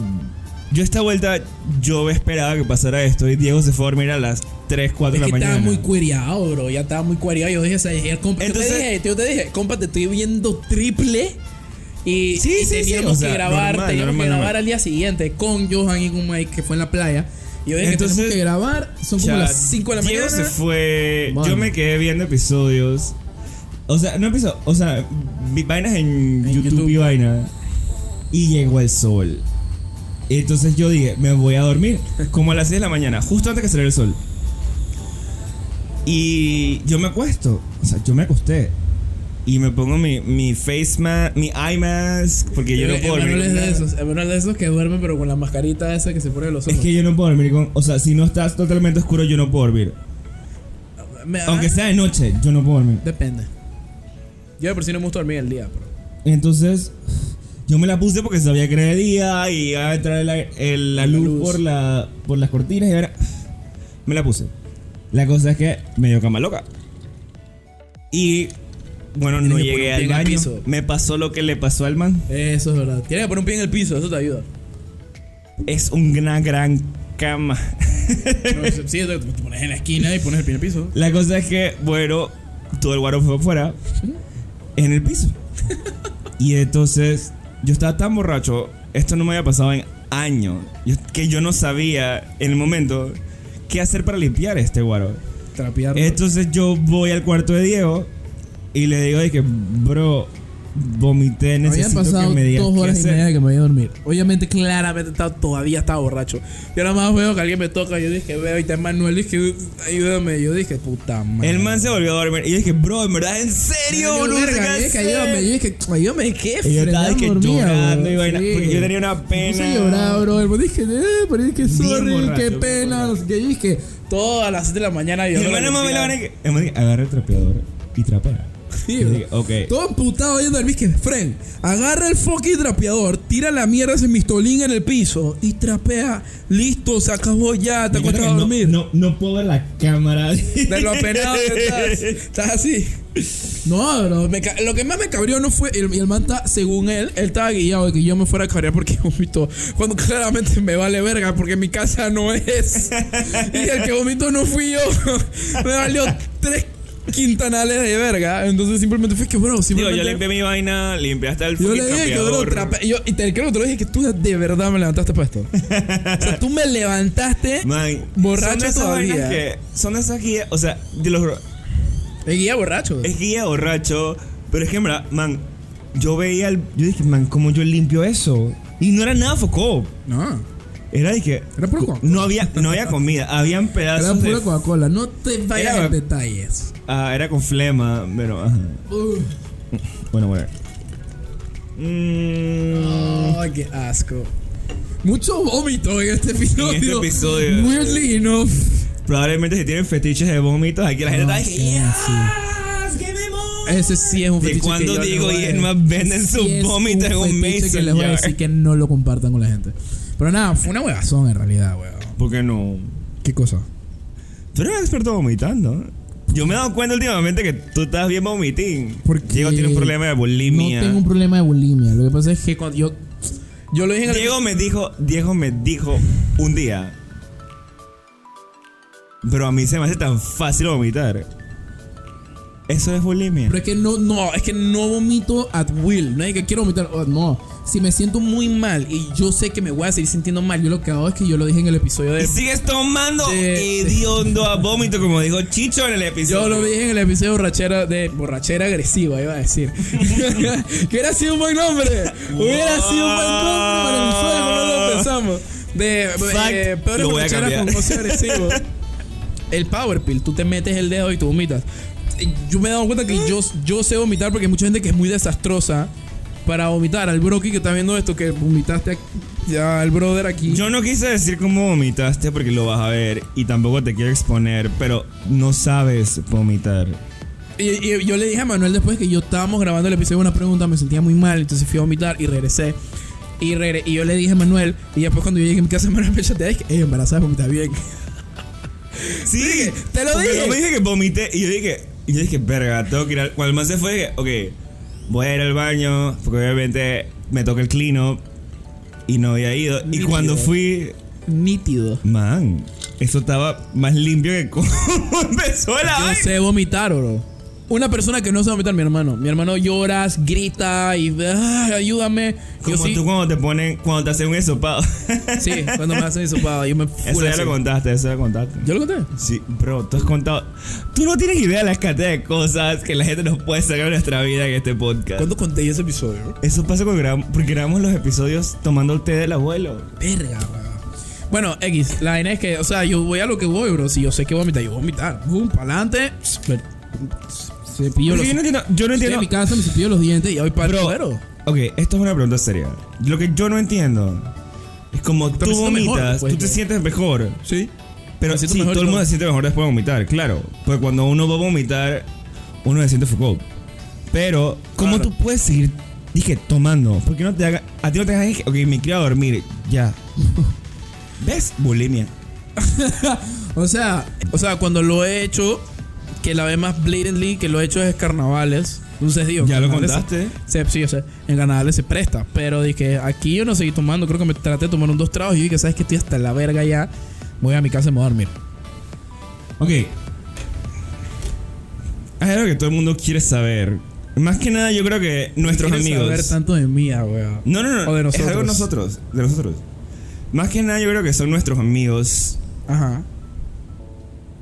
yo esta vuelta, yo esperaba que pasara esto y Diego se fue a dormir a las 3, 4 de
Es
la
que
mañana.
estaba muy cuereado, bro. Ya estaba muy cuereado. Yo dije, o sea, dije, compa, yo
Entonces-
te dije, yo te dije, compa, te estoy viendo triple. Y,
Sí, sí,
y
sí,
teníamos
o sea,
que grabar,
normal,
teníamos
normal,
que grabar
normal.
al día siguiente con Johan y con Mike, que fue en la playa. Y yo dije,
Entonces-
tenemos que grabar. Son como
O sea,
las 5 de la
Diego
mañana.
se fue.
Bueno.
Yo me quedé viendo episodios. O sea, no episodios. O sea, vi vainas en,
En
YouTube, y
YouTube.
vaina. Y llegó el sol. Entonces yo dije, me voy a dormir. Como a las 6 de la mañana, justo antes que saliera el sol. Y yo me acuesto. O sea, yo me acosté. Y me pongo mi, mi face mask, mi eye mask, porque yo no puedo dormir.
Eh, Emanuel es de
nada.
esos, Emanuel es de esos que duermen, pero con la mascarita esa que se pone en los ojos.
Es que yo no puedo dormir con. O sea, si no estás totalmente oscuro, yo no puedo dormir.
Me-
Aunque sea de noche, yo no puedo dormir.
Depende. Yo de por sí no me gusta dormir el día, pero.
Entonces, yo me la puse porque sabía que era de día y iba a entrar la, el- la
La
luz,
luz.
Por, la, por las cortinas y ahora me la puse. La cosa es que me dio cama loca. Y bueno,
Tienes
no
que poner
llegué
un pie
al
en el
baño.
piso.
Me pasó lo que le pasó al man.
Eso es verdad. Tienes que poner un pie en el piso, eso te ayuda.
Es una gran cama.
No, sí, te te pones en la esquina y pones el pie en el piso.
La cosa es que, bueno, todo el guaro fue afuera, en el piso. Y entonces, yo estaba tan borracho, esto no me había pasado en años, yo- que yo no sabía en el momento qué hacer para limpiar este guaro.
Trapear.
Entonces yo voy al cuarto de Diego y le digo de que, bro, vomité,
Habían
necesito
pasado
que me digas
dos
qué
horas y
hacer".
media que me voy a dormir.
Obviamente, claramente estaba- todavía estaba borracho. Yo nada más veo que alguien me toca. Yo dije, veo, y está Manuel. Dije, ayúdame. Yo dije, puta madre.
El man se volvió a dormir y yo dije, bro, en verdad, en serio,
Yo,
boludo,
verga,
¿qué
yo dije,
hacer?".
ayúdame, yo dije,
ayúdame, ¿qué?
Y yo estaba de que
Dormía,
llorando y
bro,
vaina,
sí.
porque yo tenía una
Me
pena.
puse a llorar, bro. El man dije, eh, pero es que sorry,
borracho,
qué
bien
pena.
borracho.
Que yo dije,
Todas las 7 de la mañana.
Y
Yo
el man mami la van a- el man dice, agarra el trapeador y trapea.
sí,
Y yo
bro.
dije, ok.
Todo emputado yendo al bisque. Fren, agarra el fucking trapeador, tira la mierda ese mistolín en el piso y trapea. Listo, se acabó ya, te
Yo creo que
acuestas a
no-
dormir.
No, no puedo ver la cámara.
De lo apenado que estás. Estás así.
No, bro. me ca- lo que más me cabrió no fue. El, y el man está, según él, él estaba guiado de que yo me fuera a cabrear porque vomitó. Cuando claramente me vale verga porque mi casa no es. Y el que vomitó no fui yo. me valió tres quintanales de verga. Entonces simplemente fue que, bro,
Digo,
simplemente.
yo limpié mi vaina, limpié hasta el
yo
fucking
le dije que, bro,
trapeador.
trape- yo, y te creo que te lo dije que tú de verdad me levantaste para esto. O sea, tú me levantaste.
Man,
Borracho
son de esas
todavía.
vainas que- son de esas guías, o sea, de los,
El guía borracho.
es guía borracho, pero es que, en verdad, man, yo veía, el, yo dije, man, ¿cómo yo limpio eso? Y no era nada focó.
No.
Era de que
Era puro Coca-Cola.
no había, no había comida, habían pedazos
Era pura
de-
Coca-Cola. No te vayas
Era-
en detalles.
Ah, era con flema, pero ajá.
Uf.
Bueno, bueno. Mm,
Ay, qué asco. Mucho vómito en este episodio.
En este episodio.
Weirdly enough.
Probablemente si tienen fetiches de vómitos, aquí la gente está.
sí,
"Yes, give me more".
Ese sí es un
¿De
fetiche.
cuándo
que yo
digo
les voy a decir.
y más venden sus
Sí es
vómitos en un
fetiche que les
mason
voy a decir
jar?
que no lo compartan con la gente. Pero nada, fue una huevazón en realidad, weón.
¿Por qué no?
¿Qué cosa?
Tú eres un experto vomitando. Yo me he dado cuenta últimamente que tú estás bien vomitín.
Porque
Diego tiene un problema de bulimia.
No tengo un problema de bulimia. Lo que pasa es que cuando yo. Yo lo dije en el.
Diego me dijo, Diego me dijo un día. Pero a mí se me hace tan fácil vomitar. Eso es bulimia.
Pero es que no, no, es que no vomito at will. No es que quiero vomitar. oh, no. Si me siento muy mal y yo sé que me voy a seguir sintiendo mal, yo lo que hago es que yo lo dije en el episodio
Y
de.
sigues tomando
Sí.
hediondo a vómito, como dijo Chicho en el
Yo
episodio.
lo dije en el episodio borrachera de borrachera agresiva, iba a decir. que hubiera sido un buen nombre. Hubiera sido un buen nombre para el episodio, pero no lo pensamos. De
Fact,
eh, peores
lo voy a
borracheras
cambiar.
con goce agresivo. El power pill, tú te metes el dedo y tú vomitas. Eh, Yo me he dado cuenta que yo, yo sé vomitar porque hay mucha gente que es muy desastrosa para vomitar. Al Brocky que está viendo esto, que vomitaste aquí- ya al brother aquí.
Yo no quise decir cómo vomitaste porque lo vas a ver y tampoco te quiero exponer, pero no sabes vomitar.
Y, y yo le dije a Manuel después que yo estábamos grabando el episodio una pregunta, me sentía muy mal, entonces fui a vomitar y regresé. Y, regre- y yo le dije a Manuel, y después cuando yo llegué a mi casa, Manuel me chatea, es que, eh, embarazada, vomita bien.
Sí,
Dije, te lo
porque
dije.
Yo me dije que vomité y yo dije, y yo dije, verga, tengo que ir al. Cuando el man se fue, dije, ok, voy a ir al baño, porque obviamente me toca el clean up y no había ido. Y
Nítido.
cuando fui,
Nítido.
man, eso estaba más limpio que como empezó la
Yo
vaina.
sé vomitar, bro. Una persona que no sabe vomitar, mi hermano. Mi hermano lloras, grita y "Ay, ayúdame. Yo
Como
sí,
tú cuando te ponen, cuando te hacen un esopado.
sí, cuando me hacen hisopado, yo me
Eso
full
ya
así.
lo contaste, eso ya lo contaste.
¿Yo lo conté?
Sí, bro, tú has contado. Tú no tienes idea de las cantidad de cosas que la gente nos puede sacar de nuestra vida en este podcast.
¿Cuándo conté yo ese episodio?
Eso pasa cuando grabamos, porque grabamos los episodios tomando el té del abuelo.
Verga, weón. Bueno, X, la vaina es que, o sea, yo voy a lo que voy, bro. Si yo sé que voy a vomitar, yo voy a vomitar. Boom, pa'lante. Me- Cepillo
Porque
los
yo no entiendo. Yo no
Estoy en
entiendo.
mi casa, me cepillo los dientes y ya voy para el cuero.
Ok, esto es una pregunta seria. Lo que yo no entiendo es como
Te
tú
siento mejor
vomitas,
después,
tú te
¿no?
sientes mejor.
Sí.
Pero
Me
sí,
siento mejor
todo el
y
mundo
todo.
se siente mejor después de vomitar, claro. Porque cuando uno va a vomitar, uno se siente foco. Pero, ¿cómo
Claro.
tú puedes seguir, dije, tomando? ¿Por qué no te haga, a ti no te hagas, dije, ok, me quiero dormir, ya. ¿Ves? Bulimia.
O sea, o sea, cuando lo he hecho, que la vez más blatantly que lo he hecho es carnavales. Entonces digo,
Ya lo
carnavales se-
contaste.
se- sí, yo sé, en carnavales se presta. Pero dije, aquí yo no seguí tomando. Creo que me traté de tomar un dos tragos y dije, ¿sabes que Estoy hasta la verga ya. Voy a mi casa y me voy a dormir.
Ok. Es algo que todo el mundo quiere saber. Más que nada, yo creo que nuestros
¿Quieres
amigos.
saber tanto de mí, ah, weón.
No, no, no.
O de
Es algo de nosotros. De nosotros. Más que nada, yo creo que son nuestros amigos.
Ajá.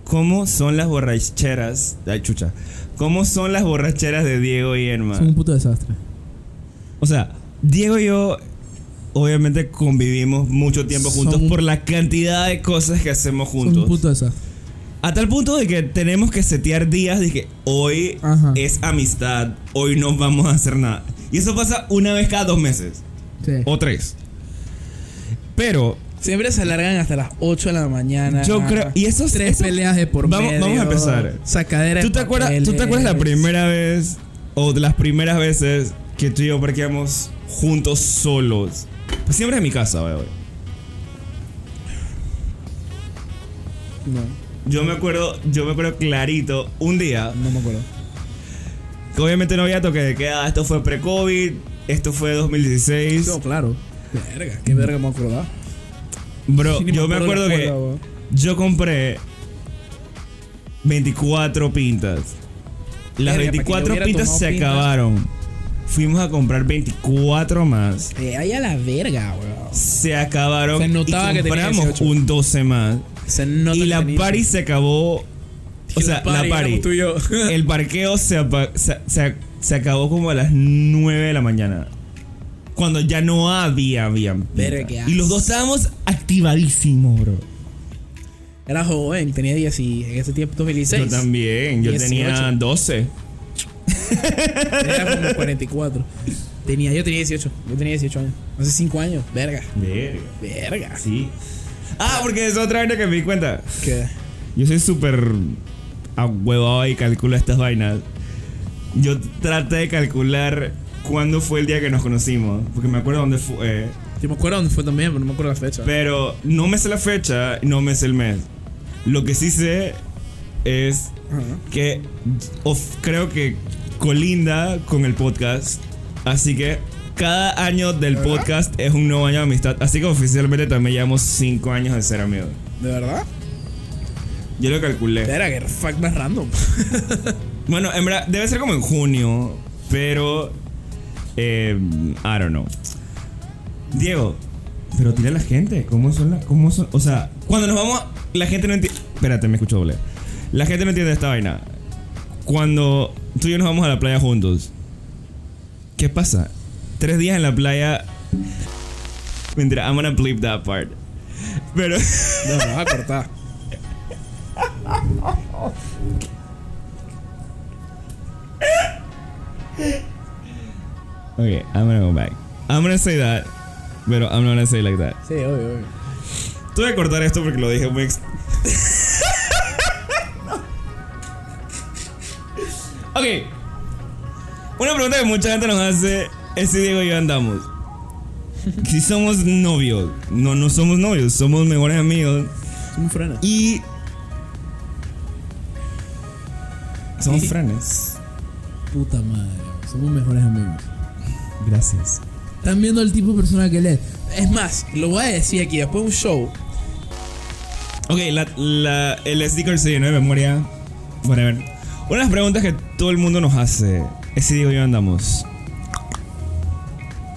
¿Cómo son las borracheras? Ay, chucha. ¿Cómo son las borracheras de Diego y Emma?
Son un puto desastre.
O sea, Diego y yo. Obviamente convivimos mucho tiempo
Son
juntos
un-
por la cantidad de cosas que hacemos
Son un
juntos.
puto desastre.
A tal punto de que tenemos que setear días de que hoy
Ajá.
es amistad, hoy no vamos a hacer nada. Y eso pasa una vez cada dos meses
Sí.
o tres. Pero
Siempre se alargan hasta las 8 de la mañana.
Yo creo- y esos-
tres
esos-
peleas de por
Vamos-
medio.
vamos a empezar.
Sacadera de
¿tú te, acuerdas, ¿tú te acuerdas la
papeles.
primera vez o de las primeras veces que tú y yo parqueamos juntos solos? Pues siempre en mi casa, güey. güey.
No,
Yo me acuerdo, yo me acuerdo clarito, un día,
no me acuerdo.
que obviamente no había toque de queda, esto fue pre-COVID, esto fue 2016.
No, claro. Verga, qué verga me ¿ah? acordaba.
Bro,
Sí, ni
yo me acuerdo
la
que
cola, weón.
Yo compré 24 pintas. Las
Verga, para que yo
24
hubiera
pintas
tomado
se
pintas.
acabaron. Fuimos a comprar 24 más.
Te vaya a la verga, weón.
Se acabaron.
Se notaba
y
que tenía
compramos
18.
un 12 más.
Se nota
y
que
la
tenía-
party se acabó. O
que
sea, la party.
éramos tú y yo.
El parqueo se, apa- se, se- se acabó como a las 9 de la mañana. Cuando ya no había, había.
Verga.
Y los dos estábamos activadísimos, bro.
Era joven, tenía 10 y en ese tiempo 2006.
Yo también. Yo tenía
18.
12.
Era como 44. Tenía, yo tenía 18. Yo tenía 18 años. Hace 5 años. Verga.
Verga.
Verga.
Sí. Ah, porque es otra vaina que me di cuenta.
¿Qué?
Yo soy súper ahuevado y calculo estas vainas. Yo traté de calcular cuándo fue el día que nos conocimos. Porque me acuerdo dónde fue.
Yo me acuerdo dónde fue también, pero no me acuerdo la fecha.
Pero no me sé la fecha y no me sé el mes. Lo que sí sé es
Ajá.
que of- creo que colinda con el podcast. Así que cada año del
¿Verdad?
podcast es un nuevo año de amistad. Así que oficialmente también llevamos 5 años de ser amigos.
¿De verdad?
Yo lo calculé.
Verga, que fuck más random.
Bueno, en verdad, debe ser como en junio, pero. eh, I don't know. Diego, pero tira a la gente. ¿Cómo son las.? ¿Cómo son.? O sea, cuando nos vamos. La gente no entiende. Espérate, me escucho doble. La gente no entiende esta vaina. Cuando tú y yo nos vamos a la playa juntos, ¿qué pasa? Tres días en la playa. Mentira, I'm gonna bleep that part. Pero.
No, nos vas a cortar.
Okay, I'm gonna go back. I'm gonna say that, pero I'm not gonna say it like that.
Sí, obvio, obvio.
Tuve que cortar esto porque lo dije muy. ex- ok. Una pregunta que mucha gente nos hace es si Diego y yo andamos. Si somos novios. No, no somos novios, somos mejores amigos.
Somos frenos.
Y. Somos frenes.
Puta madre. Somos mejores amigos.
Gracias.
Están viendo el tipo de persona que él es.
Es más, lo voy a decir aquí, después de un show.
Ok, la, la- el SD card se llenó de memoria. Whatever. Una de las preguntas que todo el mundo nos hace es si digo yo andamos.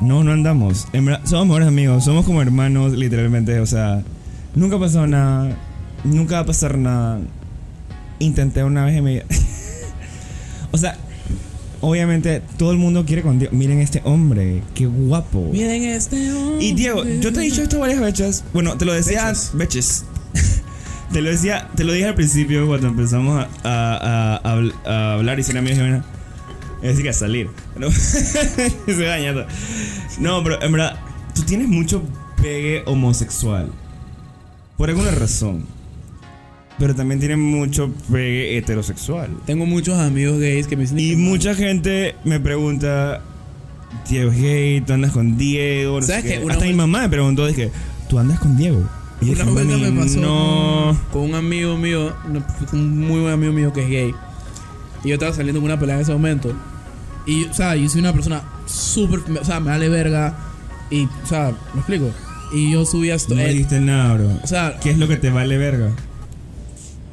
No, no andamos. En verdad, somos mejores amigos, somos como hermanos, literalmente. O sea, nunca ha pasado nada. Nunca va a pasar nada. Intenté una vez y me. o sea, obviamente todo el mundo quiere con Dios. Miren este hombre, qué guapo.
Miren este hombre.
Y Diego, yo te he dicho esto varias veces. Bueno, te lo decía
Veces.
veces. Te lo decía, te lo dije al principio cuando empezamos a, a- a- a habl- a hablar y ser amigos y vaina. Es decir, que a salir. No, se daña todo. No, pero en verdad, tú tienes mucho pegue homosexual. Por alguna razón. Pero también tienes mucho pegue heterosexual.
Tengo muchos amigos gays que me dicen.
Y
que-
mucha gente me pregunta, Diego es gay, tú andas con Diego. No
¿Sabes
sé
qué?
qué.
Una
Hasta mi
vez-
mamá me preguntó, dije, ¿tú andas con Diego? Y
Una
dije,
vez
"Mami,
me pasó
No.
con un amigo mío, un- un muy buen amigo mío que es gay. Y yo estaba saliendo con una pelada en ese momento. Y, o sea, yo soy una persona súper. O sea, me vale verga. Y, o sea, ¿me explico? Y yo subí esto. eh,
No me dijiste nada, bro.
o sea,
¿Qué es lo que te vale verga?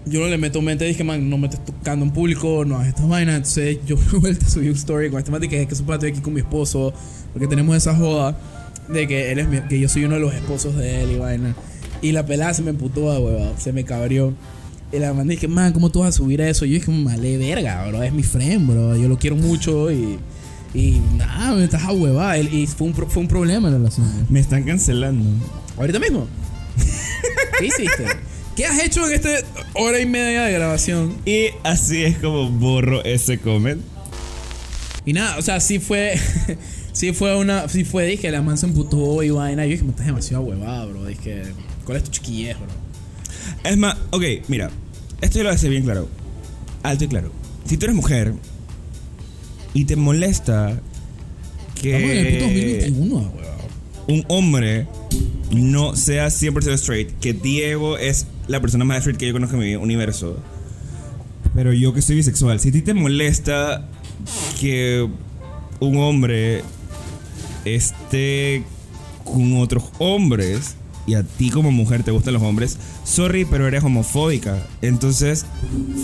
yo no le meto mente. Dije, man, no me estés tocando en público, no hagas estas vainas. Entonces, yo de vuelta subí un story con este man. Dije, es que supongo estoy aquí con mi esposo. Porque tenemos esa joda de que él es mi- que yo soy uno de los esposos de él y vaina. Y la pelada se me emputó a huevado. Se me cabrió. Y la mandé dije, man, ¿cómo tú vas a subir a eso? Y yo dije, malé verga, bro. Es mi friend, bro. Yo lo quiero mucho y. Y nada, me estás a huevada. Y y fue un, pro- fue un problema la relación.
Me están cancelando.
¿Ahorita mismo? ¿Qué hiciste? ¿Qué has hecho en esta hora y media de grabación?
Y así es como borro ese comment.
Y nada, o sea, sí fue. sí fue una. Sí fue, dije, la man se emputó y vaina. Yo dije, me estás demasiado huevada, bro. Dije, ¿cuál es tu chiquillez, bro?
Es más, ok, mira. Esto yo lo hace bien claro. Alto y claro. Si tú eres mujer y te molesta que.
Estamos en el puto 2021, huevado.
un hombre no sea 100% straight, que Diego es la persona más straight que yo conozco en mi universo. Pero yo que soy bisexual, si a ti te molesta que un hombre esté con otros hombres y a ti como mujer te gustan los hombres, sorry, pero eres homofóbica. Entonces,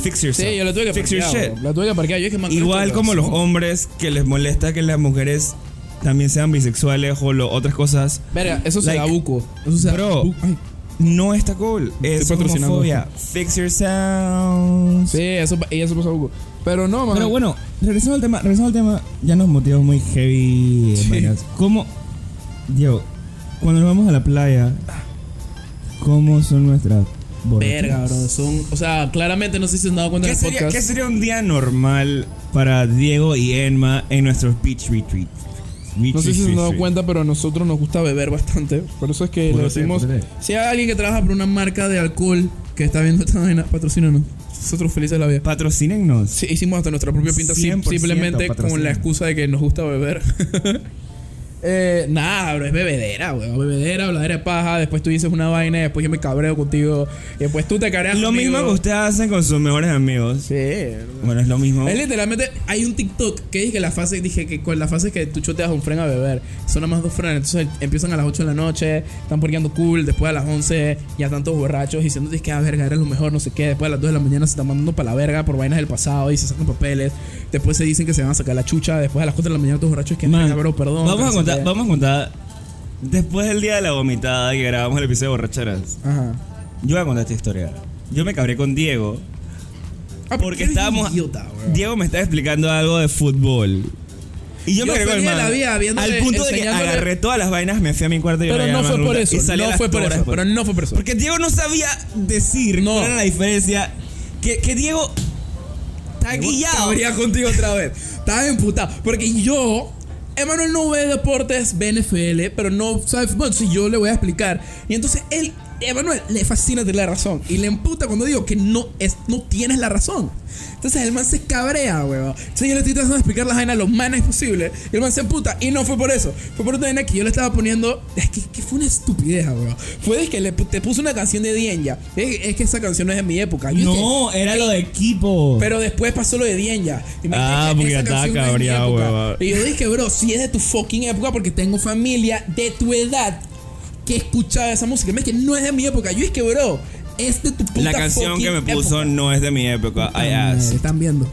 fix yourself.
Sí, yo la tuve que
fix your
parquear.
shit.
bro. La tuve que parquear. Yo dije, man, ¿cuál
Igual
es tu
como los
relación?
hombres que les molesta que las mujeres también sean bisexuales o lo- otras cosas.
Verga, eso se
Like,
da buco. Eso se da
bro.
buco. Ay.
No está cool. Es
Estoy patrocinando
homofobia. Fix yourself.
Sí, eso, y eso pasa buco. Pero no, man.
Pero bueno, regresando al tema, regresando al tema, ya nos motivos muy heavy.
Sí.
vainas. ¿Cómo? Diego, cuando nos vamos a la playa, ¿cómo son nuestras borracheras?
Verga, bro. Son, o sea, claramente no sé si se han dado cuenta
¿Qué
del
sería,
podcast.
qué sería un día normal para Diego y Emma en nuestros beach retreat? Michi,
No sé si se
sí,
han dado
sí.
cuenta, pero a nosotros nos gusta beber bastante. Por eso es que
Bueno,
le
sí,
decimos.
ponele.
Si hay alguien que trabaja por una marca de alcohol que está viendo esta vaina, patrocínanos. Nosotros felices de la vida.
Patrocínenos.
Sí, hicimos hasta nuestra propia pinta sim-
100%
simplemente con
patrocina.
la excusa de que nos gusta beber. eh, nada, bro, es bebedera, weón. Bebedera, habladera de paja. Después tú dices una vaina y después yo me cabreo contigo. Y después tú te cabreas
Lo
conmigo.
mismo que ustedes hacen con sus mejores amigos.
Sí, bro.
Bueno, es lo mismo.
Es literalmente, hay un TikTok que dije que la fase, dije que con la fase es que tú choteas a un fren a beber, son nada más dos frenes, entonces empiezan a las 8 de la noche, están porqueando cool, después a las 11 ya están todos borrachos diciéndote que a verga eres lo mejor, no sé qué, después a las 2 de la mañana se están mandando para la verga por vainas del pasado y se sacan papeles, después se dicen que se van a sacar la chucha, después a las 4 de la mañana todos borrachos que
Man,
"Verga, bro, perdón. que no
Vamos a
sé
contar,
qué".
vamos a contar. Después del día de la vomitada que grabamos el episodio de borracheras,
Ajá.
yo voy a contar esta historia. Yo me cabré con Diego.
Ah,
Porque
eres
estábamos.
un idiota, bro.
Diego me estaba explicando algo de fútbol. Y yo,
Yo
me cabré con el
feliz de la
man.
vida viéndole,
Al punto de que
enseñándole-
agarré todas las vainas, me fui a mi cuarto y yo
Pero
la
no
llamé a
fue
mi
por
ruta, y
eso,
salí a
no
las
fue por
horas
eso,
después.
pero no fue por eso.
Porque Diego no sabía decir
No.
cuál era la diferencia. Que, que Diego está guillado.
Cabría contigo otra vez. Estaba emputado. Porque yo, Emanuel no ve deportes, ve NFL, pero no sabe fútbol. Si yo le voy a explicar. Y entonces él, Emanuel, le fascina tener la razón. Y le emputa cuando digo que no, es, no tienes la razón. Entonces el man se cabrea, weón. Entonces yo le estoy tratando de explicar las vainas lo más nice posible. Y el man se emputa. Y no fue por eso. Fue por otra vaina que yo le estaba poniendo. Es que, que fue una estupidez, weón. Fue de que le, pu- te puse una canción de Dienya. Es, es que esa canción no es de mi época. Yo dije,
No, era lo de equipo.
pero después pasó lo de Dien ya. Y me
Ah,
dije,
porque
esa
estaba
canción no es mi
cabreado,
época.
huevón.
Y yo dije, bro, si es de tu fucking época, porque tengo familia de tu edad que escuchaba esa música. Y Me dije, no es de mi época. Yo dije, bro, es de tu puta
La canción que me
fucking
puso
época.
no es de mi época. I
Madre,
asked.
Están viendo.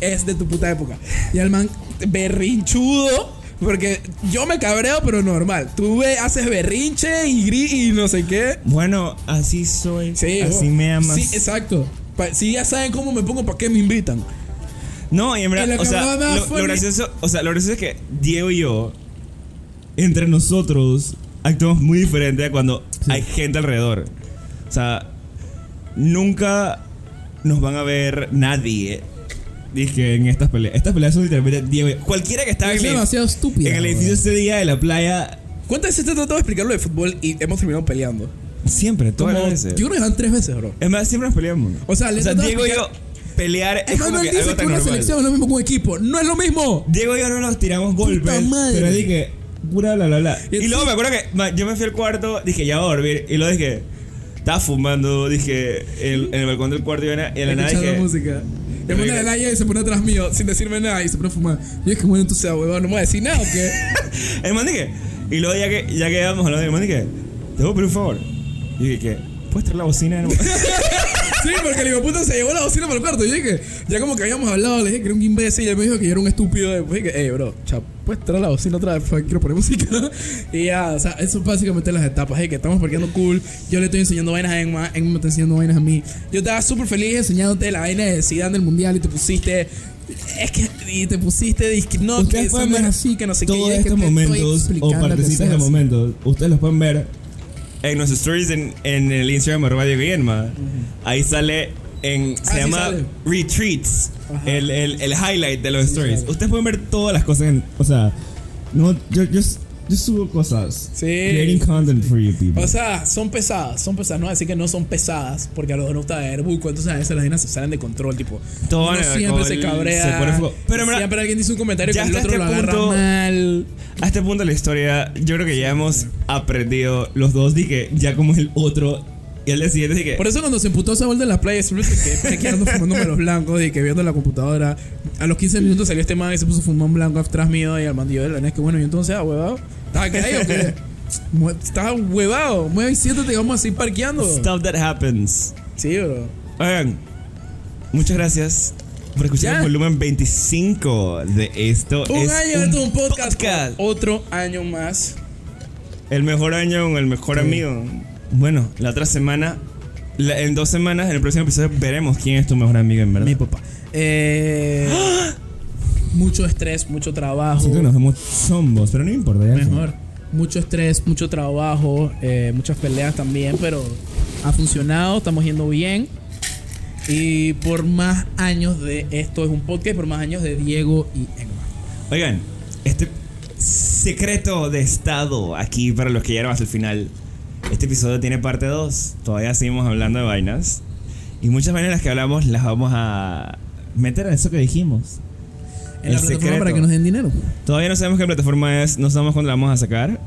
Es de tu puta época. Y el man berrinchudo. Porque yo me cabreo, pero normal. Tú ve- haces berrinche y gris y no sé qué.
Bueno, así soy.
Sí,
así
oh.
me amas.
Sí, exacto. Pa- si ya saben cómo me pongo, ¿para qué me invitan?
No, y en
Y
verdad,
lo
o
que
sea,
más me da
lo,
fue
lo
mi-
gracioso, o sea, lo gracioso es que Diego y yo
Entre nosotros.
actuamos muy diferente a cuando hay gente alrededor. O sea, nunca nos van a ver nadie. Dije en estas peleas. Estas peleas son literalmente Diego. y- Cualquiera que estaba
Es
en el,
demasiado estúpido.
en el edificio ese día de la playa,
¿Cuántas veces te he tratado de explicar lo de fútbol y hemos terminado peleando?
siempre, todas
Como-
las veces.
Yo creo que van tres veces, bro.
Es más, siempre nos peleamos.
O sea, le
O sea,
trataba de
Diego y yo
explicar-
pelear es como
Emanuel
que
dice
algo
que
tan
una
normal.
selección es lo mismo que un equipo. ¡No es lo mismo!
Diego y yo no nos tiramos golpes.
madre.
Pero
Pero
dije,
dije, pura bla bla bla.
Y, luego me acuerdo que ma, yo me fui al cuarto, dije, ya voy a dormir. Y luego dije, estaba fumando, dije, el- en el balcón del cuarto y vaina, y a la nada
Escuchando
dije.
música. Le pone la laya y se pone atrás mío sin decirme nada y se pone a fumar. Yo es que bueno, entonces, huevón, no me voy a decir nada o qué.
El man dije, y luego ya que ya quedamos hablando, el man dije, te voy a pedir un favor. Y dije, ¿qué? ¿Puedes traer la bocina? hermano?"
sí, porque el hijo de puta se llevó la bocina para el cuarto. Yo dije, ya como que habíamos hablado, le dije que era un imbécil y él me dijo que yo era un estúpido. Después dije, hey, bro, chap, puedes traer la bocina otra vez, Fuck, quiero poner música. y ya, o sea, eso es básicamente las etapas, hey, que estamos parqueando cool. Yo le estoy enseñando vainas a Emma, Emma me está enseñando vainas a mí. Yo estaba súper feliz enseñándote la vaina de Zidane del mundial y te pusiste. Es que y te pusiste disque, no, que
Ustedes
eso
pueden
no es
ver
así, que no sé qué. Y
todos
es que
este
estos
te estoy
momentos o
explicando que
partecitas
seas
de
así.
momentos. Ustedes los pueden ver.
en nuestros stories en, en el Instagram arroba Diego Guillermo. Ahí sale en. Se
Ah, sí
llama
sale.
Retreats. El, el, el highlight de los stories.
sale.
Ustedes pueden ver todas las cosas en.
O sea, no, yo, yo, yo subo cosas.
Sí.
Creating content for you people.
O sea, son pesadas, son pesadas. No voy a decir que no son pesadas, porque a los dos nos gusta ver buco, entonces a veces las vainas se salen de control, tipo.
Todo
uno
en el
siempre
alcohol
se cabrea.
se pone fuego. Pero mira,
siempre alguien dice un comentario que
ya
el
hasta
otro lo
este
agarra
punto-
mal.
A este punto de la historia, yo creo que ya hemos aprendido los dos. Dije, ya como es el otro. Y al día siguiente dije.
Por eso cuando se emputó esa vuelta en la playa, siempre se quedé quedando fumándome los blancos y que viendo la computadora. A los 15 minutos salió este man y se puso a fumar un blanco atrás mío y al mandillo de la nena, es que bueno, y entonces, ah, huevado. ¿Estaba caído o qué? Mue- Estaba huevado. Mueve y siéntate, vamos así parqueando.
Stuff that happens.
Sí, bro.
Oigan, muchas gracias por escuchar
Ya.
el volumen 25 de esto.
Un
es
año de esto, un podcast.
podcast.
Otro año más.
El mejor año con el mejor amigo. Bueno, la otra semana, la- en dos semanas, en el próximo episodio, veremos quién es tu mejor amigo en verdad.
Mi papá. Eh, mucho estrés, mucho trabajo.
Siento que nos vemos zombos, pero no me importa. Ya
Mejor. Mucho estrés, mucho trabajo, eh, muchas peleas también, pero ha funcionado, estamos yendo bien. Y por más años de esto es un podcast, por más años de Diego y Emma.
Oigan, este secreto de estado aquí para los que llegaron hasta el final. Este episodio tiene parte 2. Todavía seguimos hablando de vainas. Y muchas vainas de las que hablamos las vamos a meter en eso que dijimos.
En
El
la plataforma
secreto.
para que nos den dinero.
Todavía no sabemos qué plataforma es, no sabemos cuándo la vamos a sacar.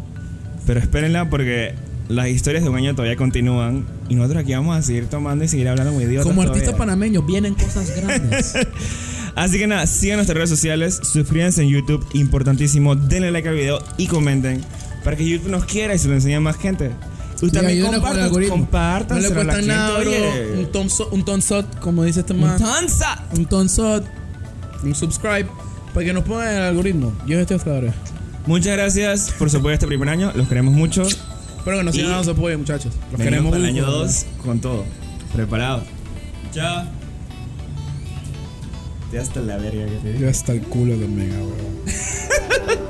Pero espérenla porque las historias de un año todavía continúan. Y nosotros aquí vamos a seguir tomando y seguir hablando muy idiotas.
Como artistas
todavía.
panameños vienen cosas grandes.
Así que nada, sigan nuestras redes sociales, suscríbanse en YouTube, importantísimo, denle like al video y comenten para que YouTube nos quiera y se lo enseñe a más gente. Y también
ayúdenos con el
compartan,
algoritmo.
compartan,
no le
pero la
cuesta
gente,
nada, bro.
oye.
Un tomso- Un tonsot, como dice este man.
¡Tonsa!
Un tonsot. Un subscribe. Para que nos pongan en el algoritmo. Yo estoy hasta ahora.
Muchas gracias por su apoyo este primer año, los queremos mucho.
Espero que nos sigan
Y-
dando su apoyo, muchachos. Los
Venimos
queremos
para el año
mucho.
2 con todo, preparado. Chao. Te hasta la verga que te digo.
Yo hasta el culo del mega, weón.